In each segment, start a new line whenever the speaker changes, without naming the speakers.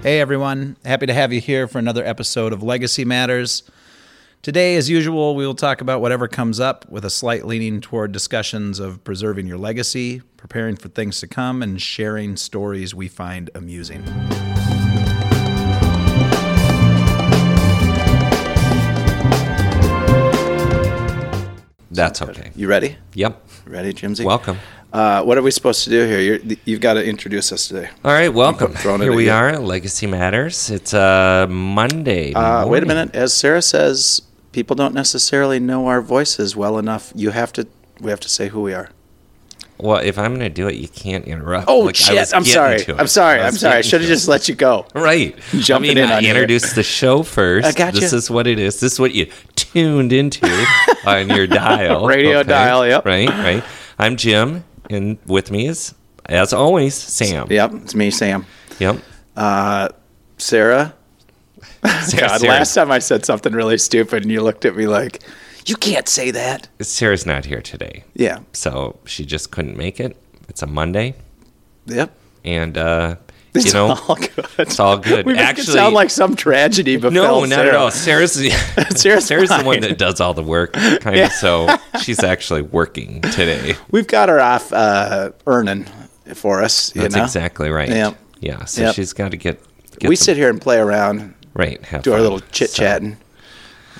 Hey, everyone. Happy to have you here for another episode of Legacy Matters. Today, as usual, we will talk about whatever comes up with a slight leaning toward discussions of preserving your legacy, preparing for things to come, and sharing stories we find amusing.
That's okay.
You ready?
Yep.
Ready, Jimsy?
Welcome.
Uh, what are we supposed to do here? You're, you've got to introduce us today.
All right, welcome.
throwing it
Here
at
we
you.
are, Legacy Matters. It's uh, Monday.
Uh, wait a
morning.
minute. As Sarah says, people don't necessarily know our voices well enough. You have to. We have to say who we are.
Well, if I'm going to do it, you can't interrupt.
Oh
Like, I was
shit! I'm
getting
sorry.
to it.
I'm sorry.
I
I'm
was
sorry. I
getting
should have
to it.
just let you go.
Right.
Jumping
I mean,
in
I
on you.
introduced the show first.
I gotcha.
This is what it is. This is what you tuned into on your dial.
Radio dial, yep.
Right, right. I'm Jim, and with me is, as always, Sam.
Yep, it's me, Sam. Uh,
Yep.
Sarah.
Sarah,
God,
Sarah-
last time I said something really stupid, and you looked at me like, "You can't say that."
Sarah's not here today,
Yeah.
so she just couldn't make it. It's a Monday,
Yep.
and uh,
It's
you know,
all good. It's
all good.
We make it
Actually-
sound like some tragedy, but
No, not
Sarah.
at all. Sarah's Sarah's,
Sarah's
the
fine.
one that does all the work, kind of. So she's actually working today.
We've got her off uh, earning for us. You
That's
know?
exactly right.
Yep.
Yeah. So
Yep.
she's got to get, get
we
some-
sit here and play around,
right. Have
do our
fun.
little chit chatting.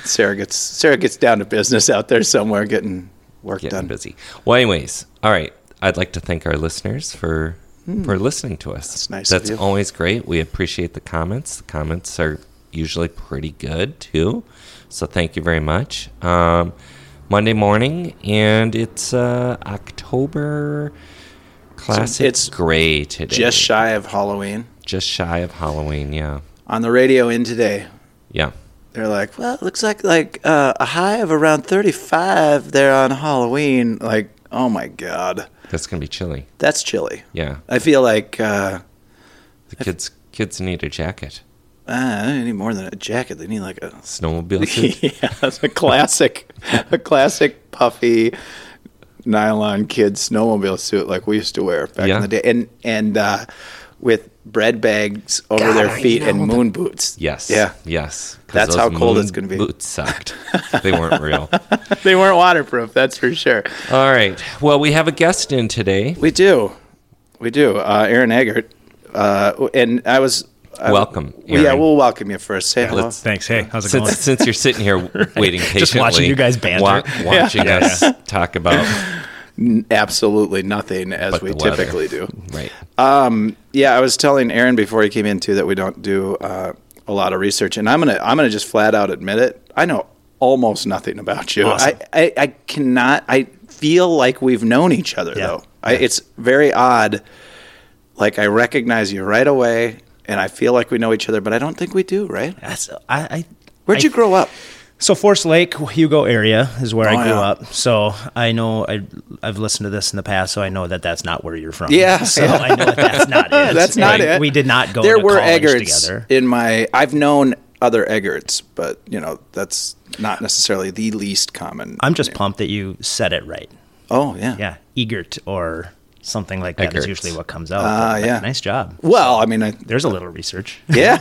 Sarah gets Sarah gets down to business out there somewhere, getting work
So, getting
done.
busy. Well, anyways, all right. I'd like to thank our listeners for for listening to us. That's
Hmm. nice of
That's
you.
always great. We appreciate the comments. The comments are usually pretty good too. So thank you very much. Um, Monday morning, and it's uh, October. Classic
it's
gray today.
Just shy of Halloween
just shy of Halloween. Yeah,
on the radio in today.
yeah.
They're like, well, it looks like like uh, a high of around thirty five there on Halloween. Like, oh my god,
That's gonna be chilly.
that's chilly.
Yeah,
I feel like uh,
the kids kids need a jacket.
uh, they need more than a jacket. They need like a
Snowmobile suit.
yeah, that's a classic, a classic puffy nylon kid snowmobile suit like we used to wear back
Yeah.
in the day, and and uh, with bread bags over
God,
their
I
feet and
know
moon boots.
Yes.
yeah,
Yes. 'Cause
That's
those
how cold
moon
it's gonna be.
Boots sucked. they weren't real.
they weren't waterproof, that's for sure.
All right. Well, we have a guest in today.
We do, we do. Uh, Aaron Eggert, uh, and I was I-
Welcome,
Yeah,
Aaron.
Uh, we'll welcome you first. Say hello.
Let's-
Thanks. Hey, how's it going?
Since, since you're sitting here waiting patiently,
Just watching you guys banter.
watching
Yeah.
us talk about
Absolutely nothing as
But
we
the weather.
typically do.
right,
Yeah, I was telling Aaron before he came in too that we don't do uh, a lot of research, and I'm gonna I'm gonna just flat out admit it. I know almost nothing about you.
Awesome.
I, I I cannot. I feel like we've known each other
Yeah.
though. I, it's very odd. Like I recognize you right away, and I feel like we know each other, but I don't think we do. Right?
That's- I, I,
Where'd
I-
you grow up?
So Forest Lake, Hugo area is where
Oh,
I grew
yeah.
up. So I know I, I've listened to this in the past, so I know that that's not where you're from.
Yeah,
So
yeah.
I know that that's not it.
That's not
Like,
it.
We did not go.
There
to
were
college
Eggerts
together.
in my. I've known other Eggerts, but you know that's not necessarily the least common.
I'm just pumped that you said it right.
oh yeah
Yeah, Egert or something like that is
Eggerts.
usually what comes out.
Ah,
But, like,
yeah.
Nice job.
Well, I mean, I,
There's a little research.
yeah.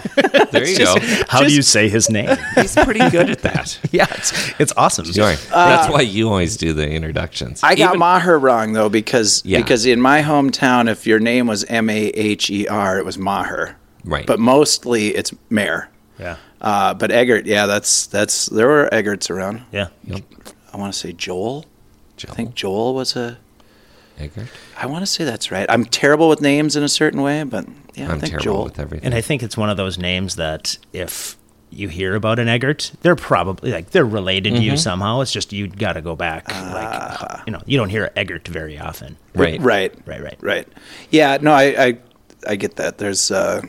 there you go.
How do you say his name?
He's pretty good at that.
yeah, it's, it's awesome.
Sorry. That's why you always do the introductions.
Uh, I got
Even-
Maher wrong though because
Yeah.
because in my hometown, if your name was M A H E R, it was Maher.
Right.
But mostly it's Mayor.
Yeah.
Uh, but Eggert, yeah, that's that's there were Eggerts around.
Yeah.
I want to say Joel.
Joel
I think Joel was a.
Eggert.
I want to say that's right. I'm terrible with names in a certain way, but yeah, i
I'm
think
terrible
Joel.
with everything.
And I think it's one of those names that if you hear about an Eggert, they're probably like they're related to you
Mm-hmm.
somehow. It's just you got to go back. like you know, you don't hear Eggert very often.
right.
Ah. Right.
Right, right.
Right. Yeah. No, I I, I get that. There's uh,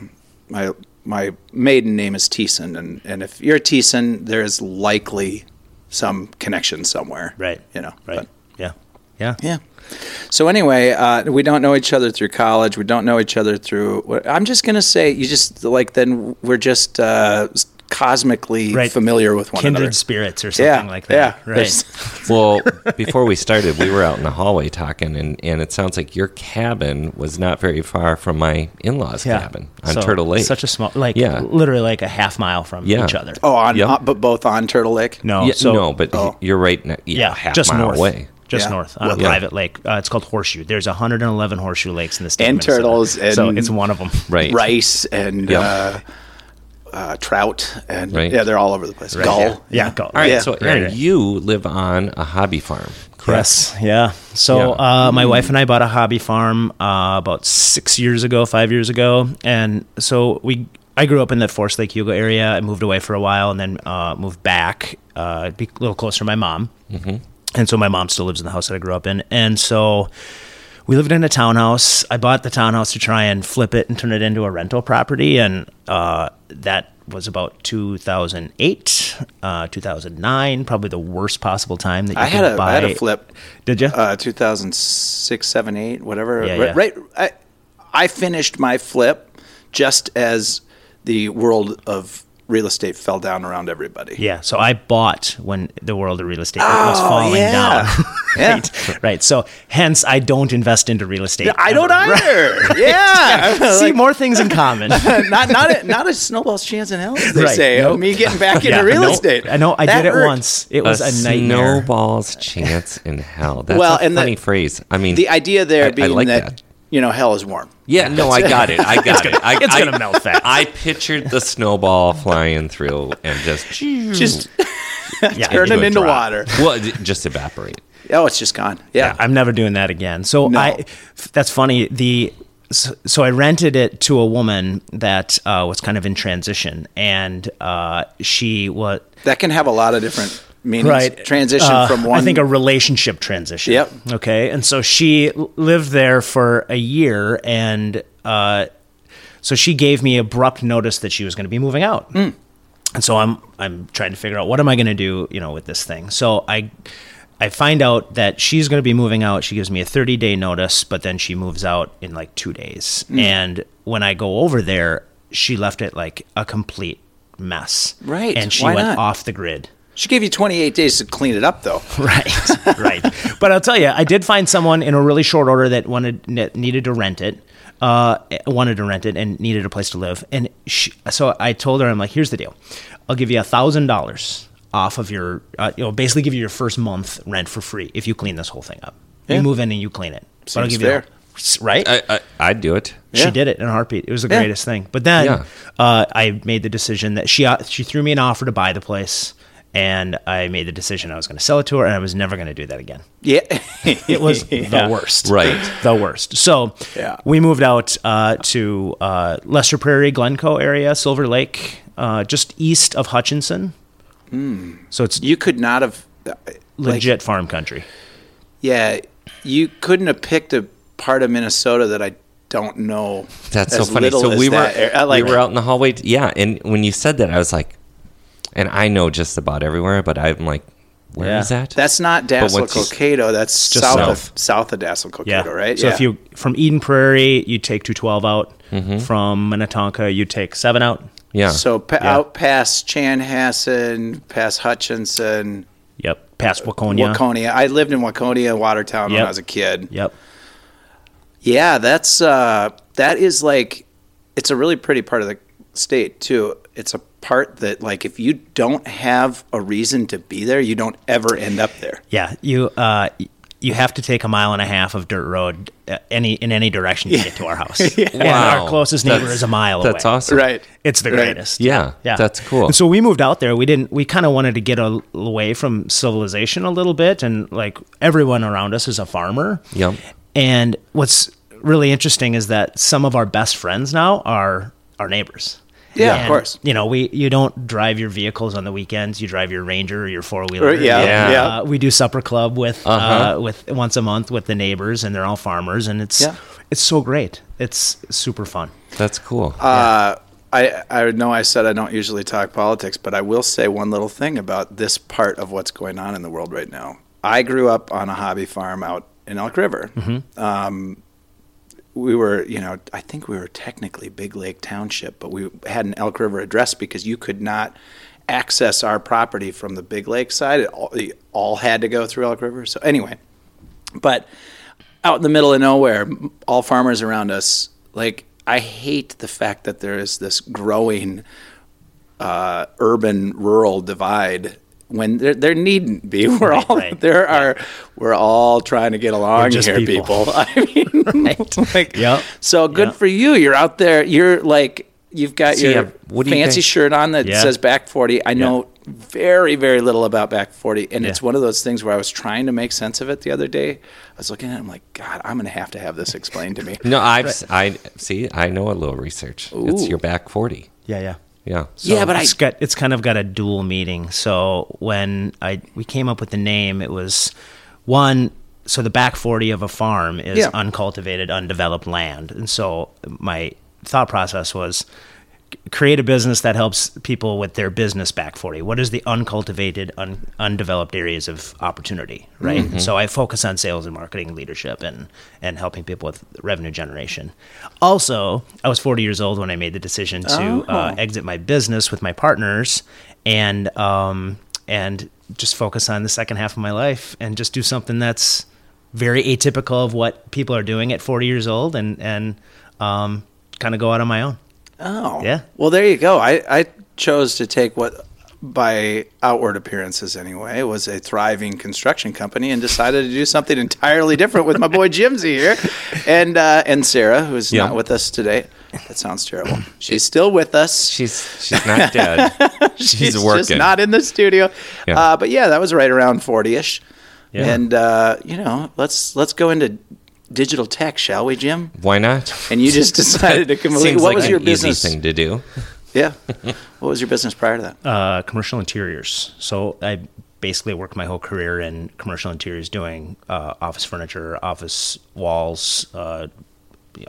my my maiden name is Teeson, and and if you're Teeson, there's likely some connection somewhere.
Right.
You know.
Right.
but-
yeah. Yeah.
yeah. So anyway, uh, we don't know each other through college. We don't know each other through. I'm just gonna say you just like then we're just uh, s- cosmically
Right.
familiar with one
kindred
another.
spirits or
Yeah,
something like that.
yeah.
Right.
There's-
Well, before we started, we were out in the hallway talking, and, and it sounds like your cabin was not very far from my in law's cabin on
So,
Turtle Lake.
Such a small, like
Yeah.
literally like a half mile from
Yeah.
each other.
Oh, on,
Yep.
on- but both on Turtle Lake.
no,
yeah,
so
no, but
oh.
you're right. Now, yeah,
yeah,
half
just
mile
north,
away.
just
Yeah.
north on a
Well,
yeah.
private lake. Uh, it's called Horseshoe. There's 111 horseshoe lakes in the state, of
And
Minnesota.
turtles
so
and-
it's one of them.
Right.
Rice and
Yep.
uh, uh, trout and
Right.
yeah, they're all over the place. Gull.
Yeah, yeah. go-
All right.
Yeah.
So, Aaron,
Right, right.
you live on a hobby farm, correct?
Yes. Yeah. So Uh, my wife and I bought a hobby farm uh, about six years ago, five years ago, and so we. I grew up in the Forest Lake Hugo area. I moved away for a while and then uh, moved back, uh, be a little closer to my mom. And so my mom still lives in the house that I grew up in, and so we lived in a townhouse. I bought the townhouse to try and flip it and turn it into a rental property, and uh, that was about 2008, uh, 2009, probably the worst possible time that you
I
could
had a
buy.
I had a flip.
Did you?
Uh, 2006, 7, 8, whatever.
Yeah,
right,
yeah.
right- I, I finished my flip just as the world of real estate fell down around everybody.
yeah. So I bought when the world of real estate was falling
Oh, yeah.
down.
Yeah.
right. Right. So hence, I don't invest into real estate.
I don't
ever.
either. Yeah.
See
Like,
more things in common.
not not a, not a snowball's chance in hell, as they
Right,
say. of
nope.
Me getting back into
Yeah,
real
no,
estate.
I know. I
That
did it
hurt.
once. It was a, nightmare.
snowball's chance in hell. That's
Well,
a
and the-
funny phrase. I mean,
The idea there
I- I
being
like
that,
that.
you know hell is warm.
Yeah, no, I got it. I got it. I,
it's
I-
gonna melt fast.
I pictured the snowball flying through and just
Just
Yeah.
turn it
a
into
drop.
water.
Well, it just evaporate.
Oh, it's just gone. Yeah.
I'm never doing that again. So
No.
I, f- that's funny. The so, so I rented it to a woman that uh, was kind of in transition, and uh, she was
That can have a lot of different meanings.
right
Transition
Uh,
from one.
I think a relationship transition.
Yep.
Okay, and so she l- lived there for a year, and uh, so she gave me abrupt notice that she was going to be moving out.
Hmm.
And so I'm I'm trying to figure out what am I going to do, you know, with this thing. So I I find out that she's going to be moving out. She gives me a 30 day notice, but then she moves out in like 2 days.
Hmm.
And when I go over there, she left it like a complete mess.
Right.
And she
Why
went
not?
off the grid.
she gave you 28 days to clean it up, though.
Right, right. But I'll tell you, I did find someone in a really short order that wanted ne- needed to rent it, uh, wanted to rent it and needed a place to live. And she, so I told her, I'm like, here's the deal, I'll give you a thousand dollars off of your, uh, you know, basically give you your first month rent for free if you clean this whole thing up. You move in and you clean it. But I'll
Seems
give you
fair.
the- right.
I, I, I'd do it.
Yeah.
She did it in a heartbeat. It was the
Yeah.
greatest thing. But then
Yeah.
uh, I made the decision that she uh, she threw me an offer to buy the place, and I made the decision I was going to sell it to her, and I was never going to do that again.
Yeah.
It was
Yeah.
the worst,
Right.
The worst. So
Yeah.
we moved out uh, to uh, Lester Prairie, Glencoe area, Silver Lake, uh, just east of Hutchinson.
Hmm.
So it's
You could not have. uh, like,
legit farm country.
Yeah, you couldn't have picked a part of Minnesota that I don't know.
That's so
as
funny.
little
So
as
we were
that area. I like
we were out in the hallway. t- Yeah, and when you said that, I was like, and I know just about everywhere, but I'm like, where is
Yeah.
that?
That's not
what's-
Dassel Colcado. That's
Just
south,
south.
of south of Dassel Colcado,
Yeah.
right?
So
yeah. Mm-hmm.
if you from Eden Prairie, you take two twelve out. From Minnetonka, you take seven out.
yeah.
so pa-
Yeah.
out past Chanhassen, past Hutchinson,
Yep. Past Waconia.
Waconia. I lived in Waconia, Watertown when
Yep.
I was a kid.
Yep.
Yeah, that's uh, that is like it's a really pretty part of the state too. It's a part that like if you don't have a reason to be there, you don't ever end up there.
Yeah. You uh, y- you have to take a mile and a half of dirt road uh, any in any direction to get to our house. And
Wow.
our closest neighbor
That's-
is a mile
That's
away.
awesome.
It's the
Right.
greatest.
Yeah, that's cool.
And so we moved out there. We didn't. We kind of wanted to get a, away from civilization a little bit, and like everyone around us is a farmer.
Yep.
And what's really interesting is that some of our best friends now are our neighbors.
Yeah, of
And,
course.
You know, we you don't drive your vehicles on the weekends. You drive your Ranger or your four wheeler.
Right, yeah,
Yeah.
yeah.
Uh, we do supper club with uh
Uh-huh.
with once a month with the neighbors, and they're all farmers, and it's
Yeah.
it's so great. It's super fun.
That's cool.
Uh, I I know I said I don't usually talk politics, but I will say one little thing about this part of what's going on in the world right now. I grew up on a hobby farm out in Elk River. Um, we were, you know, I think we were technically Big Lake Township, but we had an Elk River address because you could not access our property from the Big Lake side. It all, it all had to go through Elk River. So anyway, but out in the middle of nowhere, m- all farmers around us, like I hate the fact that there is this growing uh, urban rural divide when there, there needn't be. We're all
right.
there are we're all trying to get along
just
here,
people.
people. I mean, like,
Yep.
So good
Yep.
for you. You're out there. You're like you've got
So,
your
yeah, what do you
fancy
think?
shirt on that
Yeah.
says back 40 i know very very little about back 40 and it's
Yeah.
one of those things where i was trying to make sense of it the other day i was looking at it i'm like god i'm gonna have to have this explained to me
No, I've s- I see. I know a little research. It's your back forty.
Yeah, yeah.
Yeah. So
yeah but i
it's got it's kind of got a dual meaning. So when I we came up with the name, it was one. So the back forty of a farm is
Yeah.
uncultivated, undeveloped land, and so my thought process was c- create a business that helps people with their business back 40 what is the uncultivated un, undeveloped areas of opportunity right so i focus on sales and marketing leadership and and helping people with revenue generation also i was 40 years old when i made the decision to uh, exit my business with my partners and um and just focus on the second half of my life and just do something that's very atypical of what people are doing at 40 years old and and um kind of go out on my own
oh
Yeah.
well there you go i i chose to take what by outward appearances anyway was a thriving construction company and decided to do something entirely different with my boy jimsy here and uh and sarah who's
Yeah.
not with us today that sounds terrible she's still with us
she's she's not dead. she's,
It's
working.
just not in the studio.
Yeah.
Uh, but yeah, that was right around forty-ish.
Yeah.
And uh, you know, let's let's go into digital tech, shall we, Jim?
Why not?
And you just decided to completely.
Seems
What
like
was
an
your
easy
business?
thing to do.
Yeah. What was your business prior to that?
uh, commercial interiors. So I basically worked my whole career in commercial interiors, doing uh, office furniture, office walls, uh,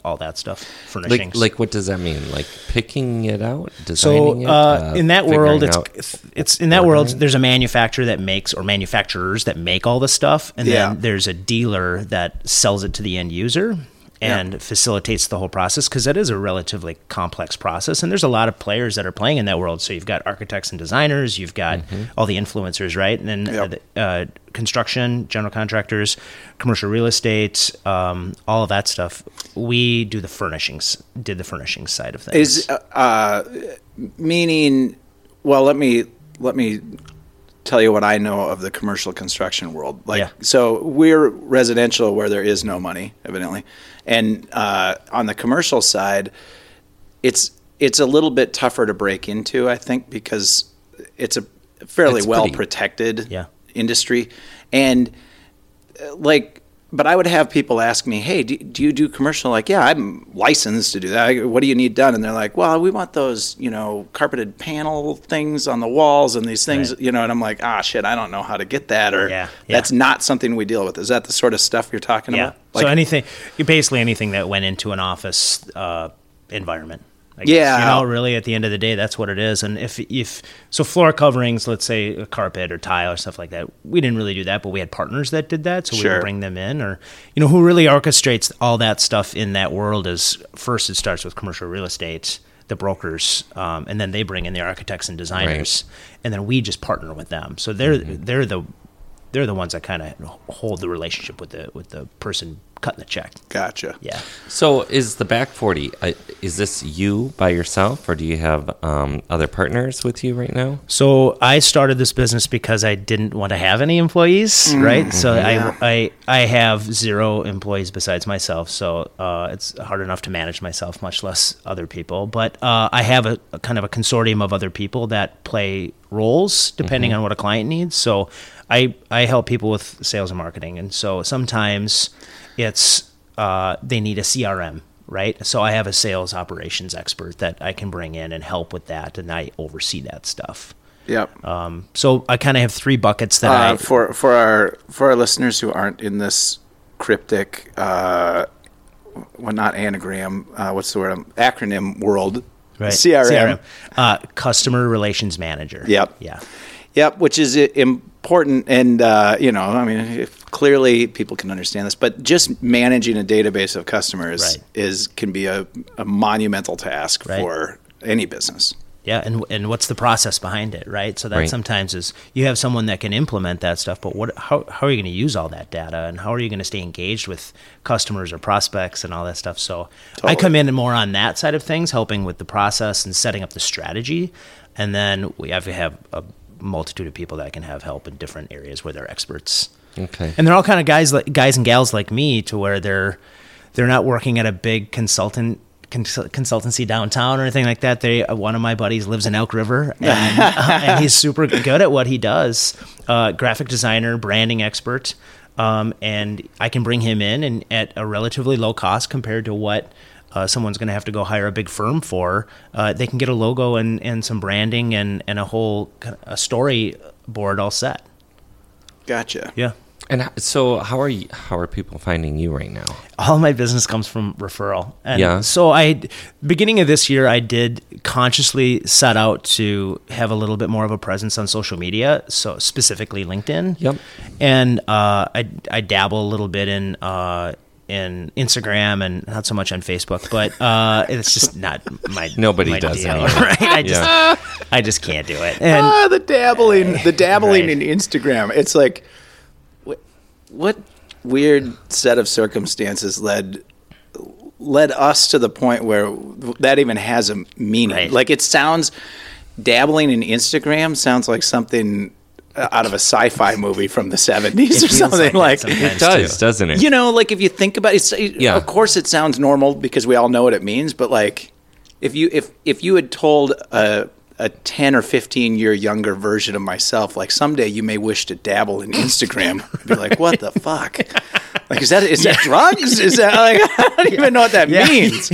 all that stuff,
Like,
furnishings.
like, what does that mean? Like picking it out, designing
so uh,
it.
in that world,
figuring
it's
out-
it's in that world.
ordering?
There's a manufacturer that makes or manufacturers that make all the stuff, and
Yeah.
then there's a dealer that sells it to the end user and facilitates the whole process because that is a relatively complex process and there's a lot of players that are playing in that world so you've got architects and designers you've got
Mm-hmm.
all the influencers right and then uh,
Yep.
the- uh, construction general contractors commercial real estate um, all of that stuff we do the furnishings did the furnishings side of things
Is uh, uh, meaning? Well, let me let me tell you what I know of the commercial construction world. Like,
Yeah.
so we're residential where there is no money, evidently, and uh, on the commercial side, it's it's a little bit tougher to break into, I think, because it's a fairly
It's
well
pretty-
protected
Yeah.
industry, and like but i would have people ask me hey do, do you do commercial like yeah i'm licensed to do that I- what do you need done and they're like well we want those you know carpeted panel things on the walls and these things
Right.
you know and i'm like ah shit i don't know how to get that or
Yeah,
that's
yeah.
not something we deal with is that the sort of stuff you're talking
Yeah.
about like
so anything, basically anything that went into an office uh, environment. I
Yeah.
You know, really, at the end of the day, that's what it is. And if if so, floor coverings, let's say a carpet or tile or stuff like that, we didn't really do that, but we had partners that did that, so we
Sure.
would bring them in. Or you know, who really orchestrates all that stuff in that world is first it starts with commercial real estate. The brokers, um, and then they bring in the architects and designers, and then we just partner with them. So they're they're the they're the ones that kind of hold the relationship with the with the person cutting the check.
gotcha
Yeah.
So is the back 40, uh, is this you by yourself or do you have um, other partners with you right now?
So I started this business because I didn't want to have any employees, right? So I, I I have zero employees besides myself. So uh, it's hard enough to manage myself, much less other people. But uh, I have a, a kind of a consortium of other people that play roles depending on what a client needs. So I I help people with sales and marketing, and so sometimes it's uh, they need a CRM, right? So I have a sales operations expert that I can bring in and help with that, and I oversee that stuff.
yep
Um, so I kind of have three buckets that
uh,
I
for for our for our listeners who aren't in this cryptic uh well not anagram uh what's the word um, acronym world
right?
crm.
Uh, customer relations manager.
Yep.
Yeah.
Yep, which is i- important, and uh, you know, I mean, if clearly people can understand this, but just managing a database of customers
Right.
is can be a, a monumental task
Right.
for any business.
Yeah, and and what's the process behind it, right? So that
Right.
sometimes is you have someone that can implement that stuff, but what how how are you going to use all that data, and how are you going to stay engaged with customers or prospects and all that stuff? So I
Totally.
come in more on that side of things, helping with the process and setting up the strategy, and then we have have a multitude of people that can have help in different areas where they're experts
Okay.
and they're all kind of guys like guys and gals like me to where they're they're not working at a big consultant consul- consultancy downtown or anything like that they uh, one of my buddies lives in elk river and, uh, and he's super good at what he does uh, graphic designer branding expert um, and i can bring him in and at a relatively low cost compared to what uh, someone's going to have to go hire a big firm for. Uh, they can get a logo and, and some branding and, and a whole kind of a story board all set.
Gotcha.
Yeah.
And h- so, how are you, how are people finding you right now?
all my business comes from referral. And
Yeah.
so I beginning of this year I did consciously set out to have a little bit more of a presence on social media, so specifically LinkedIn.
Yep.
And uh, I I dabble a little bit in uh, in Instagram and not so much on Facebook, but uh, it's just not my
Nobody
my
does
deal,
anymore.
right? I just
Yeah.
I just can't do it. And
ah, the dabbling, the dabbling
Right.
in Instagram. It's like, what, what weird set of circumstances led led us to the point where that even has a meaning?
Right.
Like it sounds, dabbling in Instagram sounds like something uh, out of a sci-fi movie from the seventies or
feels
something like.
like that sometimes.
It
does,
does, doesn't it?
you know, like if you think about it, it's,
Yeah.
of course it sounds normal because we all know what it means, but like if you if if you had told a a 10 or 15 year younger version of myself like someday you may wish to dabble in Instagram I'd be like what the fuck like is that is that drugs is that like I don't even know what that
Yeah.
means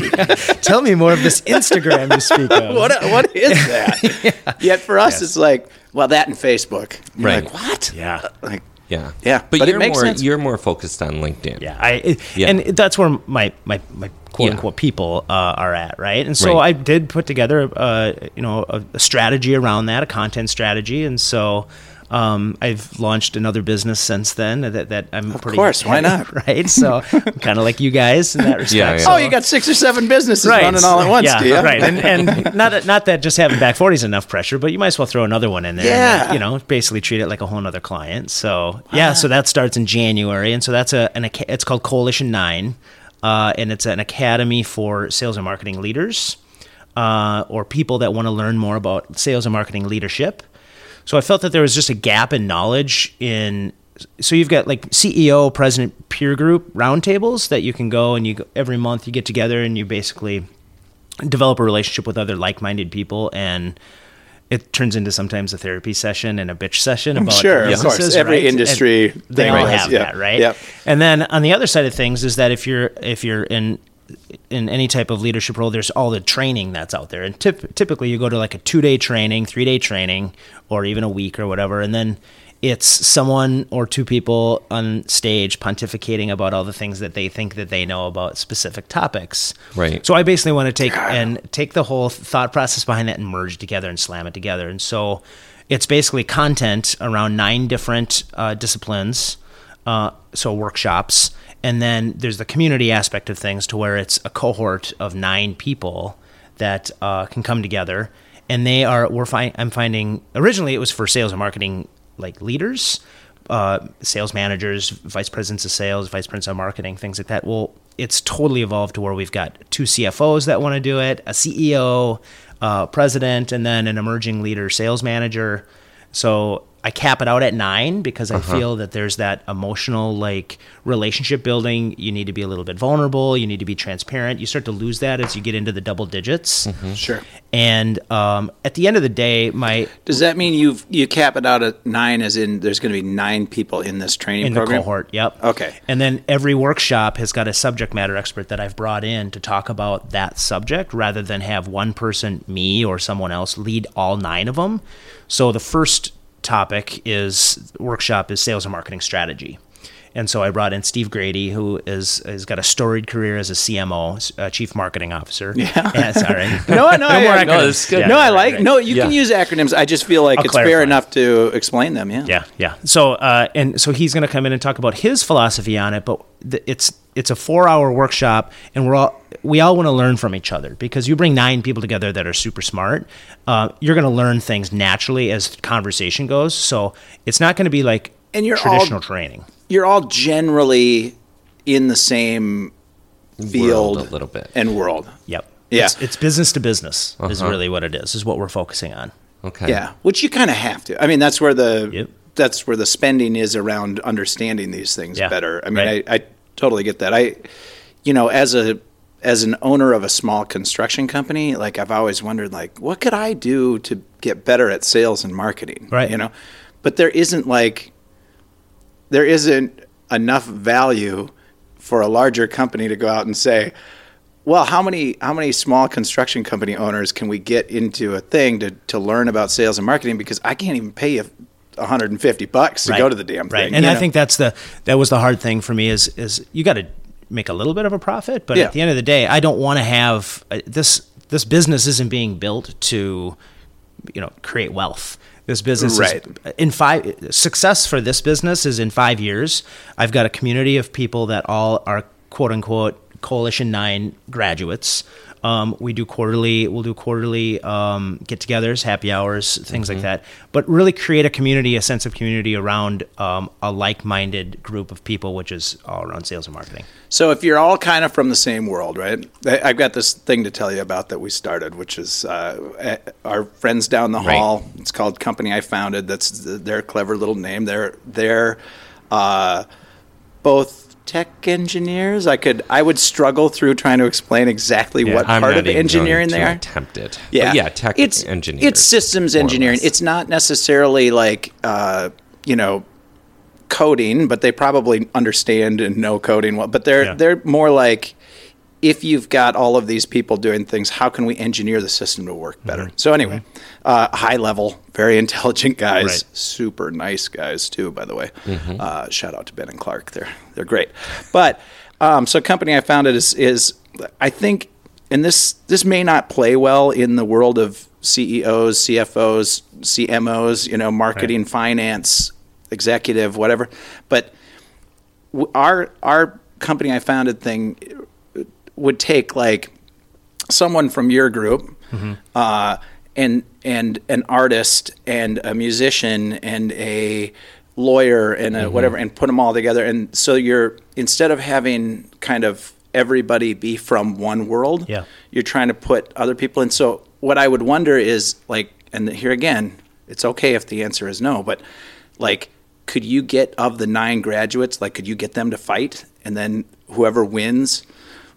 tell me more of this Instagram you speak of.
what what is that yet for us it's like well that and Facebook You're
Right.
like what
Yeah.
like
Yeah.
Yeah,
But,
but it
you're
makes
more
sense.
you're more focused on LinkedIn.
Yeah, I it,
Yeah.
and that's where my my, my quote
Yeah.
unquote people uh, are at, right? And so
Right.
I did put together, uh, you know, a, a strategy around that, a content strategy, and so um, I've launched another business since then that, that I'm of pretty
course, why not?
right? So kind of like you guys in that respect.
yeah.
So-
oh you got six or seven businesses running all at once
yeah,
do you?
right. And, and not that- not that just having back 40 is enough pressure, but you might as well throw another one in there. and, like,
Yeah.
you know, basically treat it like a whole other client. So yeah, so that starts in January, and so that's a an aca- it's called Coalition Nine, uh, and it's an academy for sales and marketing leaders. Uh, or people that want to learn more about sales and marketing leadership. So I felt that there was just a gap in knowledge in. So you've got like CEO, president, peer group roundtables that you can go and you go, every month you get together and you basically develop a relationship with other like-minded people and it turns into sometimes a therapy session and a bitch session about
Sure,
the
of course.
businesses,
Every
right?
industry
And they
thing
all
has-
have
yeah,
that right
yeah.
and then on the other side of things is that if you're if you're in in any type of leadership role there's all the training that's out there and typ- typically you go to like a two-day training three-day training or even a week or whatever and then it's someone or two people on stage pontificating about all the things that they think that they know about specific topics
Right.
so I basically want to take and take the whole thought process behind that and merge it together and slam it together. And so it's basically content around nine different uh, disciplines, uh, so workshops, and then there's the community aspect of things to where it's a cohort of nine people that uh, can come together, and they are we're fi- I'm finding originally it was for sales and marketing like leaders, uh, sales managers, vice presidents of sales, vice presidents of marketing, things like that. Well, it's totally evolved to where we've got two CFOs that want to do it, a CEO, uh, president, and then an emerging leader sales manager. So I cap it out at nine because I feel that there's that emotional like relationship building. You need to be a little bit vulnerable. You need to be transparent. You start to lose that as you get into the double digits.
sure
And um, at the end of the day, my
Does that mean you you cap it out at nine? As in, there's going to be nine people in this training
in
program?
the cohort. Yep.
Okay.
And then every workshop has got a subject matter expert that I've brought in to talk about that subject rather than have one person, me or someone else, lead all nine of them. So the first topic is workshop is sales and marketing strategy. And so I brought in Steve Grady, who is has got a storied career as a CMO, uh, Chief Marketing Officer.
Yeah.
sorry.
No, no, I-
more
no,
acronyms.
this is good.
Yeah,
no, I
right,
like
right.
no. You can
Yeah.
use acronyms. I just feel like
I'll
it's fair
clarify.
enough to explain them. Yeah.
Yeah, yeah. So, uh, and so he's going to come in and talk about his philosophy on it, but th- it's it's a four hour workshop, and we're all we all want to learn from each other because you bring nine people together that are super smart. Uh, you're going to learn things naturally as conversation goes. So it's not going to be like
And you're all-
traditional training.
You're all generally in the same field
a little bit.
and world.
Yep.
Yeah.
It's, it's business to business is
Uh-huh.
really what it is. Is what we're focusing on.
Okay.
Yeah, which you kind of have to. I mean, that's where the
Yep.
that's where the spending is around understanding these things
Yeah,
better. I mean,
right.
I, I totally get that. I, you know, as a as an owner of a small construction company, like I've always wondered, like, what could I do to get better at sales and marketing?
Right.
You know, but there isn't like there isn't enough value for a larger company to go out and say, well, how many how many small construction company owners can we get into a thing to, to learn about sales and marketing? Because I can't even pay you 150 bucks to
Right.
go to the damn
right.
thing.
And
you
I
know?
think that's the that was the hard thing for me is is you got to make a little bit of a profit, but
Yeah.
at the end of the day, I don't want to have uh, this this business isn't being built to you know create wealth. This business
Right.
is in five success for this business is in five years. I've got a community of people that all are quote unquote coalition nine graduates. Um, we do quarterly. We'll do quarterly um, get-togethers, happy hours, things like that. But really create a community, a sense of community around um, a like-minded group of people, which is all around sales and marketing.
so. If you're all kind of from the same world, right? I, I've got this thing to tell you about that we started, which is uh, eh, our friends down the
Right.
hall. It's called Company I Founded. That's th- their clever little name. They're they're uh, both tech engineers. I could I would struggle through trying to explain exactly what
I'm
part
not
of
even
engineering
going
they
to
are.
Attempt it. But
yeah,
yeah. Tech
it's,
engineers.
It's systems
more or
engineering.
less.
It's not necessarily like uh, you know coding, but they probably understand and know coding well. But they're
Yeah.
they're more like if you've got all of these people doing things, how can we engineer the system to work better?
Mm-hmm.
So anyway, uh, high level, very intelligent guys,
Right.
super nice guys too. By the way, uh, shout out to Ben and Clark. They're they're great. But um, so company I founded is is I think, and this this may not play well in the world of E CEOs, CFOs, CMOs, you know, marketing, finance, executive, whatever. But w- our our company I founded thing would take like someone from your group uh, and and an artist and a musician and a lawyer and a whatever and put them all together and so you're instead of having kind of everybody be from one world
Yeah.
you're trying to put other people in so what i would wonder is like and here again it's okay if the answer is no but like could you get of the nine graduates like could you get them to fight and then whoever wins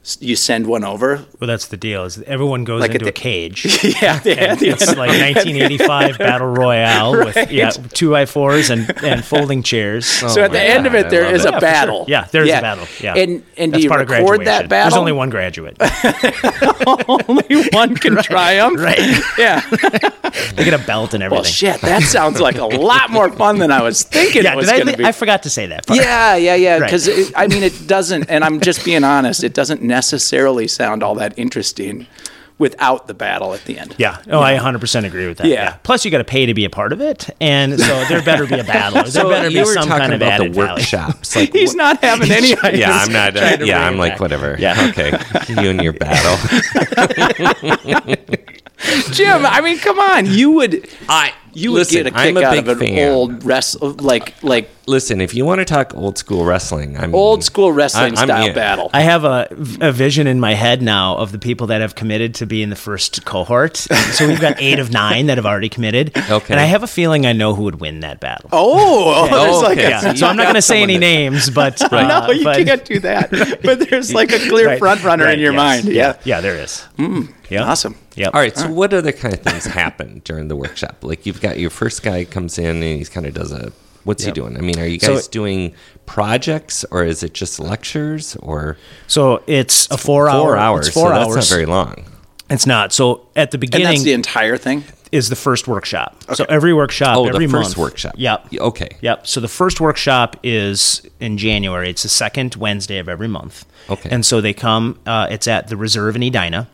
s- you send one over
Well, that's the deal. Is everyone goes
Like at
into
the-
a cage.
yeah, yeah, yeah.
it's like 1985 battle royale with yeah two by fours and and folding chairs.
Oh
so at the
my
end of
God,
it,
I
there
love
is
it.
a battle.
Yeah, there's a battle. Yeah,
and and
That's
do you
part of
record
graduation.
that battle?
There's only one graduate. they
Only one can triumph.
right.
Yeah.
get a belt and everything.
Well, shit, that sounds like a lot more fun than I was thinking
yeah,
it
did
was
I,
going to
leave-
be.
I forgot to say that. Part.
yeah, yeah, yeah.
Right.
Because I mean, it doesn't, and I'm just being honest. It doesn't necessarily sound all that interesting without the battle at the end.
Yeah. Oh, I 100% agree with that.
Yeah.
Plus, you got to pay to be a part of it, and so there better be a battle. There
So
better
you
be
were
some
talking
kind of
about the
added value.
workshops. Like
He's not having any.
yeah, I'm not. Uh,
to
yeah,
bring
I'm
it
like
back.
whatever.
Yeah.
Okay. You and your battle.
Jim, I mean, come on. You would.
I
You would get a kick
I'm a
out
big
of an
fan.
old wrestle, like like
Listen, if you want to talk old school wrestling, I'm
old school wrestling
I- I'm
style
in.
battle.
I have a, a vision in my head now of the people that have committed to be in the first cohort. So we've got eight of nine that have already committed.
Okay.
And I have a feeling I know who would win that battle.
Oh, there's
Oh,
like
okay.
a-
yeah.
Yes,
So
you
I'm not
got
going to say
someone
any
that-
names, but uh,
no, you
but-
can't do that. But there's like a clear
Right,
front runner
right,
in your
yes,
mind. Yeah. Mm.
yeah, there is. Yeah,
Awesome.
Yeah,
All right. So, what other kind of things happen during the workshop? Like, you've got your first guy comes in and he's kind of does a. What's he doing? I mean, are you
So-
guys doing projects or is it just lectures or
So it's a
four
four, hour.
hours?
It's four
so
hours.
That's not very long.
it's not. So at the beginning,
And that's the entire thing.
is the first workshop. So every workshop,
Oh,
every
the first
month-
workshop.
Yep.
Y- Okay.
Yep. So the first workshop is in January. It's the second Wednesday of every month.
Okay.
And so they come. Uh, it's at the Reserve in Edina.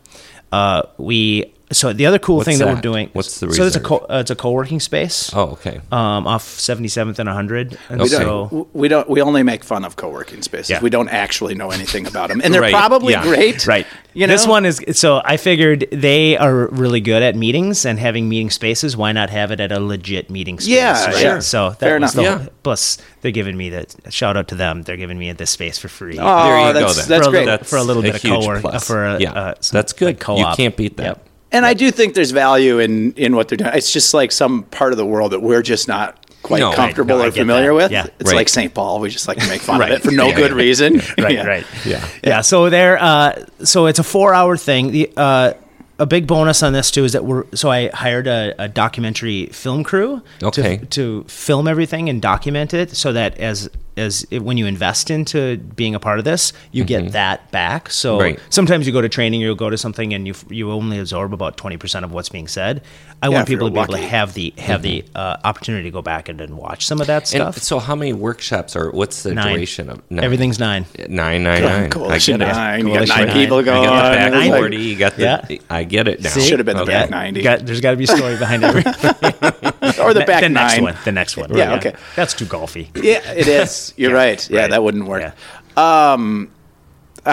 Uh, we. So the other cool
What's
thing that, we're
that?
doing.
What's the
So it's a
Reserve?
co- uh, it's a co-working space.
Oh, okay.
Um, off 77th and 100. And
Okay.
so
W- We don't. We only make fun of co-working spaces.
Yeah.
We don't actually know anything about them, and they're
Right,
probably
yeah.
great.
right.
You
This
know?
one is so I figured they are really good at meetings and having meeting spaces. Why not have it at a legit meeting space?
Yeah,
right?
sure.
So that
Fair enough.
was the
Yeah.
plus they're giving me the shout out to them. They're giving me this space for free.
Oh,
there you
that's,
go. Then.
That's
for a
great.
little- for a little bit of
huge
co-work-
plus.
uh, for a-
yeah,
uh, some,
that's good.
like, co-op.
You can't beat that.
Yep.
and I do think there's value in in what they're doing. It's just like some part of the world that we're just not quite
No, I-
comfortable
no, I
or
get
familiar
that.
with.
Yeah.
It's
Right.
like St. Paul. We just like to make fun
Right.
of it for no
Yeah.
good reason.
right,
Yeah.
right.
Yeah.
yeah. So there, uh, so it's a four-hour thing. The uh, a big bonus on this too is that we're so I hired a, a documentary film crew
Okay.
to to film everything and document it so that as as it, when you invest into being a part of this, you get that back. So
Mm-hmm. Right.
sometimes you go to training, you'll go to something, and you f- you only absorb about twenty percent of what's being said. I want
if you're
people to be able to
lucky.
have the have the uh, opportunity to go back and, and watch some of that
Mm-hmm. And
stuff.
so, how many workshops are? What's the
Nine.
duration of
Everything's nine.
nine nine nine?
Coalition
I get it.
nine. You got
Coalition
nine
nine.
people
I
going.
You got the back
It's like-
forty. You got the.
Yeah.
I get it now.
See?
Should've been the
Okay.
back nine. 90.
You got- there's got to be a story behind every.
or the
Ne-
back
the
nine.
next one. The next one.
Yeah, okay.
That's too golfy.
Yeah, it is. You're right. Yeah,
right.
that wouldn't work. Um,
Yeah.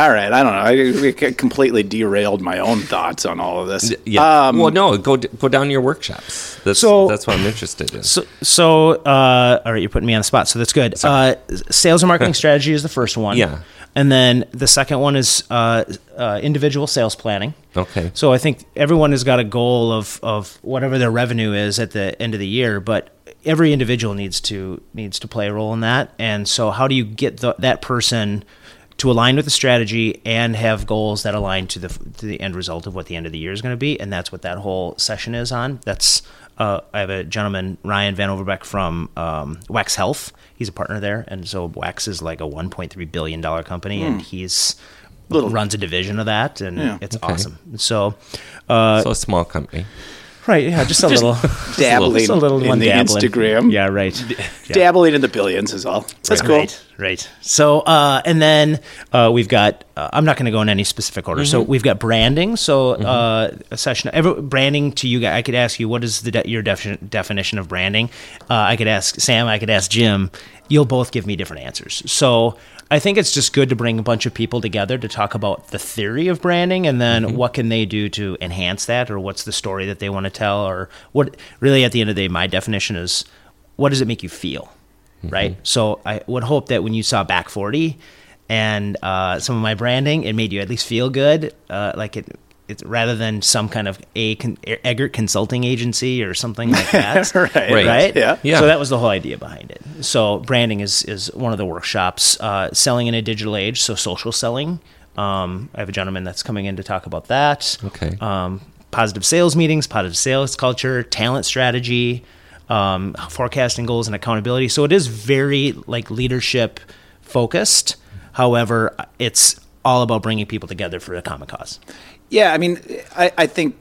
All right, I don't know. I, we completely derailed my own thoughts on all of this. Uh,
Yeah.
Um,
well, no. Go d- go down to your workshops. That's
So-
that's what I'm interested in.
So, so uh, all right, you're putting me on the spot, so that's good. Uh, sales and marketing strategy is the first one.
Yeah.
And then the second one is uh, uh, individual sales planning.
Okay.
So I think everyone has got a goal of, of whatever their revenue is at the end of the year, but every individual needs to needs to play a role in that. And so, how do you get the, that person to align with the strategy and have goals that align to the to the end result of what the end of the year is going to be? And that's what that whole session is on. That's uh, I have a gentleman Ryan Van Overbeck from um, Wax Health. He's a partner there, and so Wax is like a 1.3 billion dollar company, and he's
Little-
runs a division of that, and
Yeah.
it's awesome. So, uh,
so a small company.
right, yeah, just a little,
dabbling
just a little
in
one
the
dabbling.
Instagram.
Yeah, right. Yeah.
Dabbling in the billions is all. That's cool.
Right, right. So, uh, and then uh, we've got. Uh, I'm not going to go in any specific order. So
Mm-hmm.
we've got branding. So uh, a session. Every, branding to you guys. I could ask you what is the de- your definition definition of branding. Uh, I could ask Sam. I could ask Jim. You'll both give me different answers. So I think it's just good to bring a bunch of people together to talk about the theory of branding and then
Mm-hmm.
what can they do to enhance that or what's the story that they want to tell or what really at the end of the day my definition is what does it make you feel right? So I would hope that when you saw Back 40 and uh, some of my branding, it made you at least feel good, uh, like it. It's rather than some kind of a con- er, Eggert consulting agency or something like that,
Right.
Right.
Yeah.
Yeah.
So that was the whole idea behind it. So branding is is one of the workshops. Uh, selling in a digital age, so social selling. Um, I have a gentleman that's coming in to talk about that.
Okay.
Um, positive sales meetings, positive sales culture, talent strategy, um, forecasting goals, and accountability. So it is very like leadership focused. However, it's all about bringing people together for a common cause.
Yeah, I mean, I, I think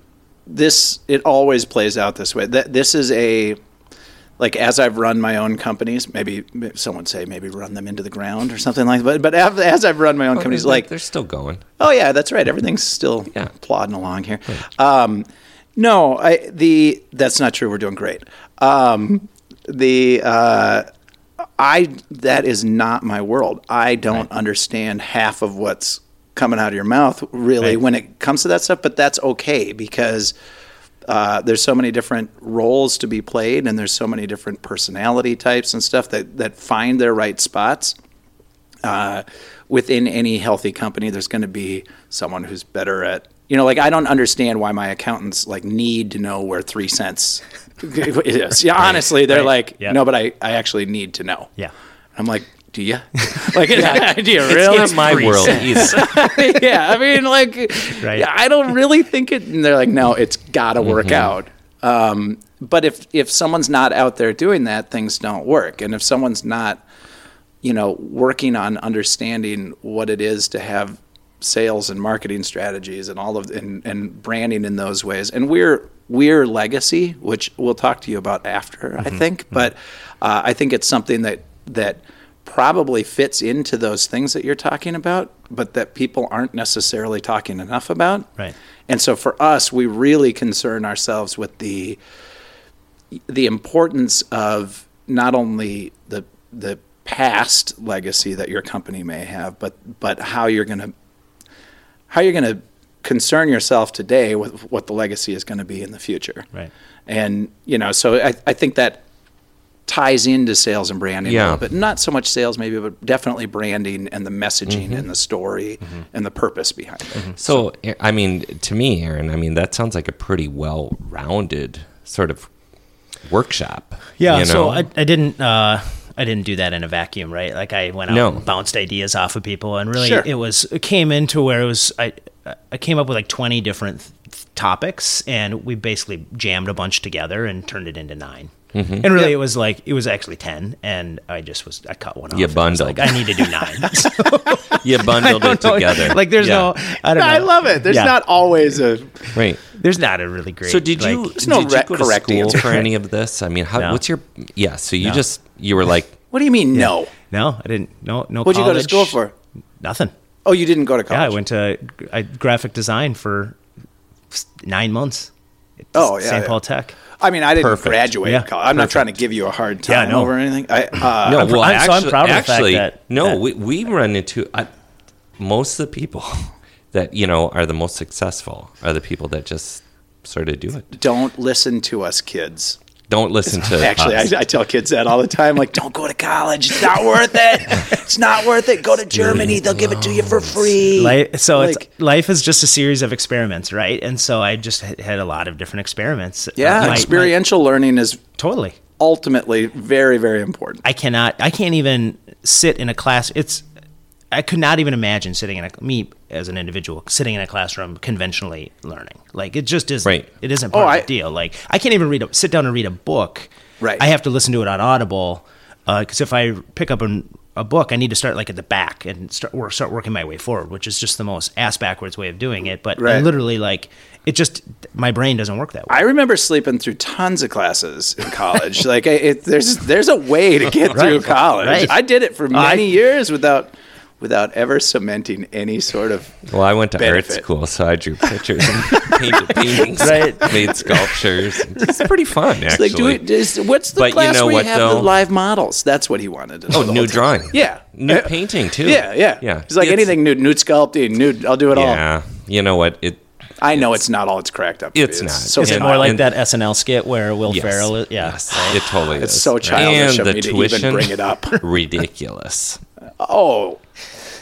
this it always plays out this way. That this is a like as I've run my own companies, maybe some would say maybe run them into the ground or something like that. But av- as I've run my own companies, like
they're still going.
Oh yeah, that's right. Everything's still
Yeah.
plodding along here. Um, no, I the that's not true. We're doing great. Um, the uh, I that is not my world. I don't understand half of what's coming out of your mouth really
Right.
when it comes to that stuff. But that's okay because uh, there's so many different roles to be played, and there's so many different personality types and stuff that that find their right spots uh, within any healthy company, there's going to be someone who's better at, you know, like I don't understand why my accountants like need to know where three cents is. Yeah, honestly, they're
right,
like,
yeah.
no, but I, I actually need to know.
Yeah.
I'm like, do you? Like, do you
It's
really?
not my
freeze.
world. either.
yeah, I mean, like,
Right.
I don't really think it. And they're like, no, it's got to work out. Um, but if if someone's not out there doing that, things don't work. And if someone's not, you know, working on understanding what it is to have sales and marketing strategies and all of and, and branding in those ways. And we're we're legacy, which we'll talk to you about after, I think. But uh, I think it's something that that probably fits into those things that you're talking about, but that people aren't necessarily talking enough about.
Right.
And so for us, we really concern ourselves with the the importance of not only the the past legacy that your company may have, but but how you're going to how you're going to concern yourself today with what the legacy is going to be in the future.
Right.
And you know, so I, I think that ties into sales and branding
Yeah.
but not so much sales maybe but definitely branding and the messaging
Mm-hmm.
and the story and the purpose behind it
So, I- I mean, to me, Aaron, I mean, that sounds like a pretty well rounded sort of workshop.
Yeah,
you
so
know?
I, I didn't uh, I didn't do that in a vacuum, right? Like I went out
No.
and bounced ideas off of people, and really
Sure.
it was it came into where it was I I came up with like twenty different th- topics, and we basically jammed a bunch together and turned it into 9
Mm-hmm.
And really, it was like it was actually ten, and I just was I cut one off.
You
and I was
bundled.
Like I need to do nine. So,
you bundled it
no,
together.
Like there's
Yeah.
no I don't know.
I love it. There's
Yeah.
not always a
right.
there's not a really great.
So did you?
like-
Did
no
you
re-
go to
correct
school
answer.
for any of this? I mean, how,
No.
what's your? Yeah. So you just you were like,
What do you mean no?
No, I didn't. No, no.
What'd you go to
college,
school for?
Nothing.
Oh, you didn't go to college.
Yeah, I went to I, graphic design for s- nine months. at
Oh, yeah,
St.
yeah.
Paul Tech.
I mean, I didn't
Perfect.
graduate.
Yeah,
college. I'm not trying to give you a hard
Yeah, I
time
know.
over anything. I, uh,
no. well,
I'm- so
actually,
I'm proud of the fact
actually,
that-
no.
that-
we we run into I, most of the people that you know are the most successful are the people that just sort of do it.
don't listen to us, kids.
Don't listen to
Actually,
us.
I, I tell kids that all the time. Like, don't go to college. It's not worth it. It's not worth it. Go to Germany. They'll give it to you for free.
Life, so
Like-
it's, life is just a series of experiments, right? And so I just had had a lot of different experiments.
yeah,
Uh, my-
experiential learning is
my- totally.
ultimately very, very important.
I cannot. I can't even sit in a class. It's. I could not even imagine sitting in a me as an individual sitting in a classroom conventionally learning. Like it just isn't.
Right.
It isn't part
Oh,
of
I-
the deal. Like I can't even read a sit down and read a book.
Right.
I have to listen to it on Audible because if I pick up an, a book, I need to start like at the back and start work, start working my way forward, which is just the most ass backwards way of doing it. But I
Right.
literally, like it just my brain doesn't work that way.
I remember sleeping through tons of classes in college. like, I, it, there's there's a way to get through college.
Right.
I did it for many
I-
years without without ever cementing any sort of.
Well, I went to art
Benefit.
school, so I drew pictures and painted paintings,
Right.
made sculptures. It's pretty fun, actually.
Like, do we, is, what's the
But you
class
know
where
what,
you have
though?
the live models? That's what he wanted. to know
oh,
the whole
new
time.
drawing.
Yeah.
New
Uh,
painting, too.
Yeah, yeah,
Yeah.
It's like
It's-
anything nude, nude sculpting, nude. I'll do it all.
Yeah. You know what? It.
I know it's, not all it's cracked up. to be.
It's not.
So
is it
and-
more like
and-
that SNL skit where Will
Yes.
Ferrell? Is, yeah.
Yes. It totally
It's
is.
so childish
and
of
the
me to
tuition,
even bring it up.
ridiculous.
Oh,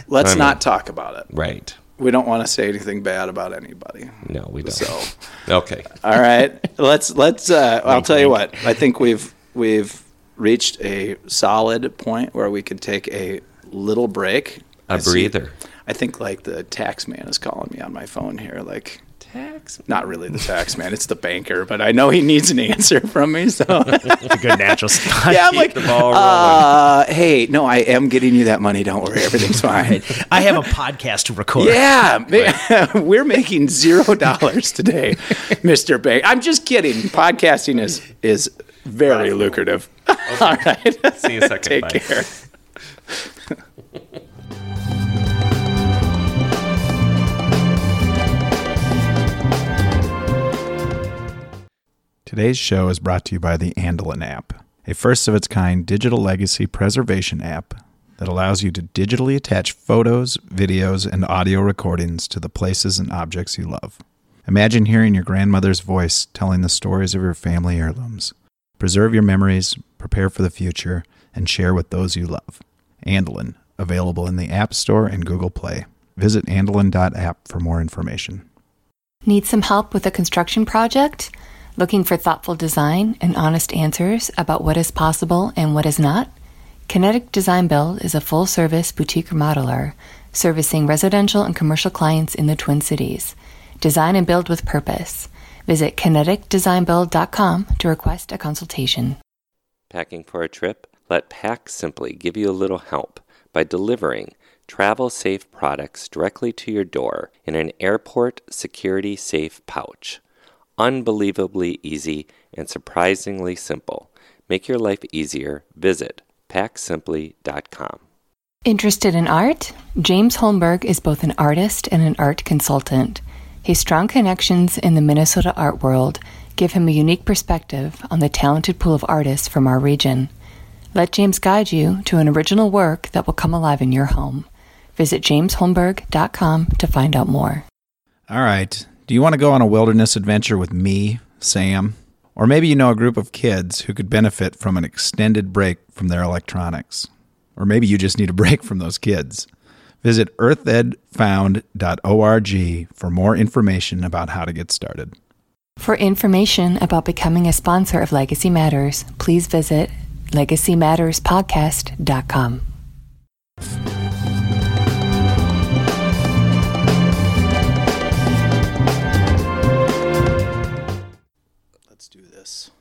let's
I mean-
not talk about it.
Right.
We don't want to say anything bad about anybody.
No, we don't.
So.
Okay.
All right, let's let's. Uh, I'll tell you what. I think we've we've reached a solid point where we could take a little break.
A
I see-
breather.
I think like the tax man is calling me on my phone here. Like,
Tax.
not really the tax man; it's the banker. But I know he needs an answer from me. So
It's a good natural spot.
yeah, I'm like,
The ball rolling.
uh, hey, no, I am getting you that money. Don't worry, everything's fine.
I have a podcast to record.
Yeah, ma- we're making zero dollars today, Mister Bank. I'm just kidding. Podcasting is is very lucrative. All right,
See you in a second.
take
Bye.
care.
Today's show is brought to you by the Andelin app, a first of its kind digital legacy preservation app that allows you to digitally attach photos, videos, and audio recordings to the places and objects you love. Imagine hearing your grandmother's voice telling the stories of your family heirlooms. Preserve your memories, prepare for the future, and share with those you love. Andelin, available in the App Store and Google Play. Visit andelin.app for more information.
Need some help with a construction project? Looking for thoughtful design and honest answers about what is possible and what is not? Kinetic Design Build is a full service boutique remodeler servicing residential and commercial clients in the Twin Cities. Design and build with purpose. Visit kineticdesignbuild.com to request a consultation.
Packing for a trip? Let Pack Simply give you a little help. by delivering travel safe products directly to your door in an airport security safe pouch. Unbelievably easy and surprisingly simple. Make your life easier. Visit packsimply.com.
Interested in art? James Holmberg is both an artist and an art consultant. His strong connections in the Minnesota art world give him a unique perspective on the talented pool of artists from our region. Let James guide you to an original work that will come alive in your home. Visit jamesholmberg.com to find out more.
All right. Do you want to go on a wilderness adventure with me, Sam? Or maybe you know a group of kids who could benefit from an extended break from their electronics. Or maybe you just need a break from those kids. Visit earthedfound.org for more information about how to get started.
For information about becoming a sponsor of Legacy Matters, please visit legacymatterspodcast.com.
Let's do this.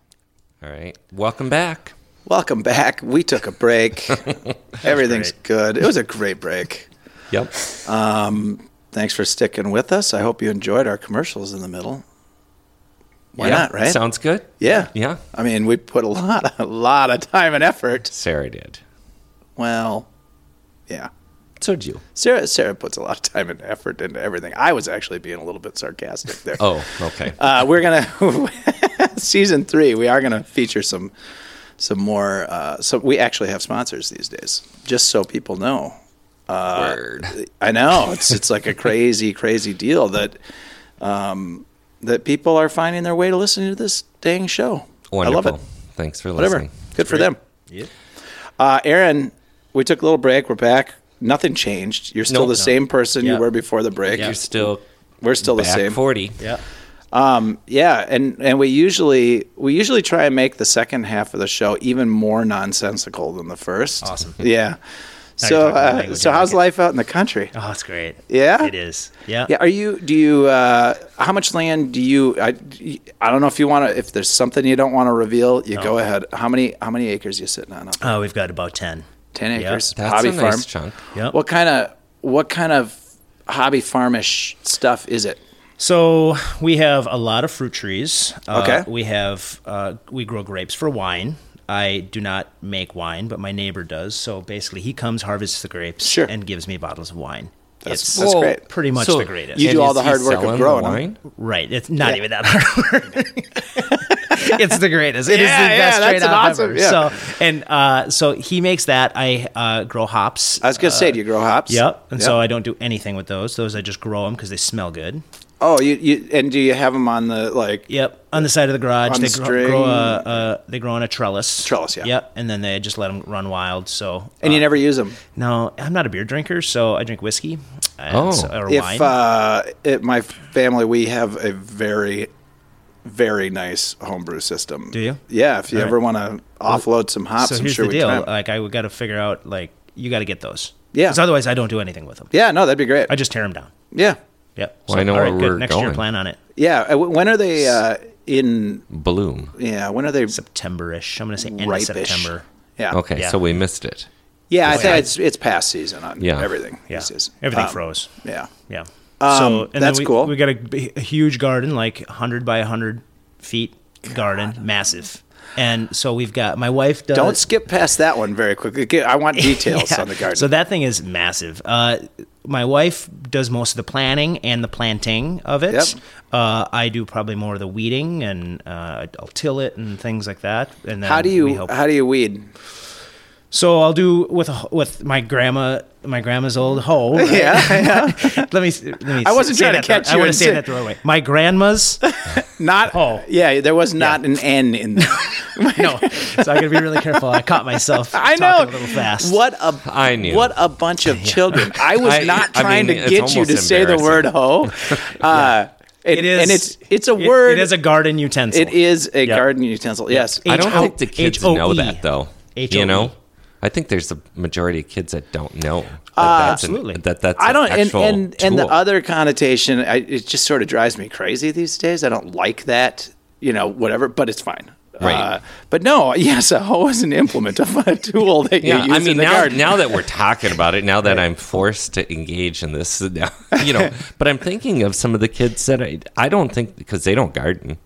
All right. Welcome back.
Welcome back. We took a break. Everything's good. It was a great break.
Yep.
Um, thanks for sticking with us. I hope you enjoyed our commercials in the middle. Why
Yeah,
not, right?
Sounds good.
yeah.
Yeah.
I mean, we put a lot, a lot of time and effort.
Sarah did.
Well, yeah.
So did you.
Sarah, Sarah puts a lot of time and effort into everything. I was actually being a little bit sarcastic there.
Oh, okay.
uh, we're gonna season three. We are gonna feature some some more. Uh, so we actually have sponsors these days, just so people know. Uh,
Word.
I know it's it's like a crazy crazy deal that um, that people are finding their way to listen to this dang show.
Wonderful.
I love it.
Thanks for
Whatever,
listening.
good for them. Uh, Aaron, we took a little break. We're back. Nothing changed. You're still
Nope.
the same person
Yeah.
you were before the break.
You're
You're-
still
We're still the
back
same.
forty.
Yeah.
Yeah, and and we usually we usually try and make the second half of the show even more nonsensical than the first.
Awesome.
Yeah.
you're
so
talking my
uh,
language,
so
I like
how's
it.
life out in the country?
Oh, it's great.
Yeah?
It is. Yeah.
Yeah, are you do you uh how much land do you I I don't know if you want to if there's something you don't want to reveal, you go ahead. How many how many acres you sitting on?
Oh, we've got about 10.
10
yeah.
acres.
That's
hobby
a
farm.
nice chunk.
Yep.
What kind of what kind of hobby farmish stuff is it?
So we have a lot of fruit trees. Uh,
Okay.
We have uh, we grow grapes for wine. I do not make wine, but my neighbor does. So basically, he comes, harvests the grapes,
Sure.
and gives me bottles of wine.
That's,
it's
that's
Well,
great.
pretty much
So
the greatest.
You do
And
all
is
the
he
hard work of
selling the
growing 'em.
wine?
right. It's not even that hard work. it's the greatest. It is
Yeah,
the
yeah,
best
that's
trade
an
off
awesome-
ever.
yeah.
So and uh, so he makes that. I uh, grow hops.
I was going to say do you grow hops?
Uh, Yep. And so
Yeah.
I don't do anything with those. Those I just grow them because they smell good.
Oh, you, you and do you have them on the like?
Yep, on the side of the garage.
On
they
the
grow,
string.
grow a, uh, they grow on a trellis.
Trellis, yeah.
Yep, and then they just let them run wild. So
And you
uh,
never use them.
No, I'm not a beer drinker, so I drink whiskey. and
Oh.
so- or wine.
If uh, it, my family, we have a very, very nice homebrew system.
Do you?
Yeah. If you
All
ever
right.
want to offload some hops,
so
I'm
here's
sure
the
we
deal.
can.
Like I got to figure out like you got to get those.
Yeah.
'Cause otherwise I don't do anything with them.
yeah. No, that'd be great.
I just tear them down.
yeah.
Yep.
Well, I know
all
where we're
Next year,
going.
plan on it.
Yeah. Uh, When are they uh, in?
Bloom.
Yeah. When are they
September-ish. I'm gonna say end of
ripe-ish?
September.
Yeah.
Okay,
Yeah.
so we missed it.
Yeah. I think it's it's past season on
Yeah.
everything.
Yeah.
these days.
Everything
Um,
froze.
Yeah.
Yeah.
Um,
then
that's
we,
cool.
We got a, b- a huge garden, like 100 by 100 feet garden, massive. And so we've got my wife does.
Don't skip past that one very quickly. Get- I want details
Yeah.
on the garden.
So that thing is massive. Uh, my wife does most of the planning and the planting of it.
Yep.
Uh, I do probably more of the weeding and uh, I'll till it and things like that. And then
how do
we
you
help-
how do you weed?
so I'll do with a, with my grandma, my grandma's old hoe. right?
Yeah.
let me. s- Let me
I
s-
wasn't
say
trying to
that the-
catch
I
you
want
and
to say
say-
that the wrong way. My grandma's.
Not
Oh.
Yeah, there was not an N in there.
no. So I gotta be really careful. I caught myself.
I know.
talking a little fast.
What a
I knew.
What a bunch of children. I was
I- e,
not
I
trying
mean,
to
it's
get you to
almost
say the word "ho." Uh, and,
It is,
and it's it's a
it-
word.
It is a garden utensil.
It is a
Yeah.
garden utensil. Yes.
I don't
H O- E.
think the kids know
H-O-E.
that though.
H-O-E.
You know, I think there's a majority of kids that don't know. That that's an-
Absolutely.
that that's
Uh, I don't,
An
and
actual
and, and the
tool.
other connotation, I, it just sort of drives me crazy these days. I don't like that, you know, whatever. But it's fine. Uh,
Right.
but no, yes, a hoe is an implement of a tool that you
Yeah,
use
I mean
in the
now,
garden.
now that we're talking about it, now that I'm forced to engage in this, now, you know. but I'm thinking of some of the kids that I, I don't think because they don't garden.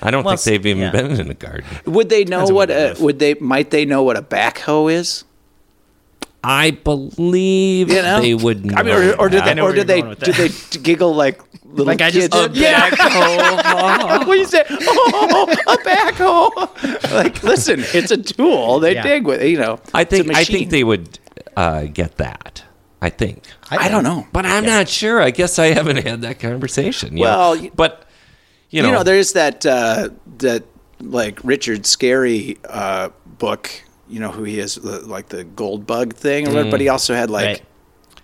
I don't
Well,
think they've even
yeah.
been in a garden.
would they know
Depends on
what
where they
a,
live.
would they might they know what a backhoe is?
I believe
You know,
they would. Know
I mean, or, or did
that.
they?
know
Or
where
did
you're
they?
going with
Did they t- giggle like little
Like I just uh,
kids?
did?
yeah. what do you say? Oh, a backhoe! like, listen, it's a tool. They
Yeah.
dig with. You know,
I
It's a
think I think
machine.
they would uh, get that. I think,
I don't know.
but I'm not sure. I guess I haven't had that conversation. you know.
Well, y-
but you know,
you know, there's that uh, that like Richard Scary uh, book. You know who he is, the- like the gold bug thing, or what but he also had like
Mm. Right.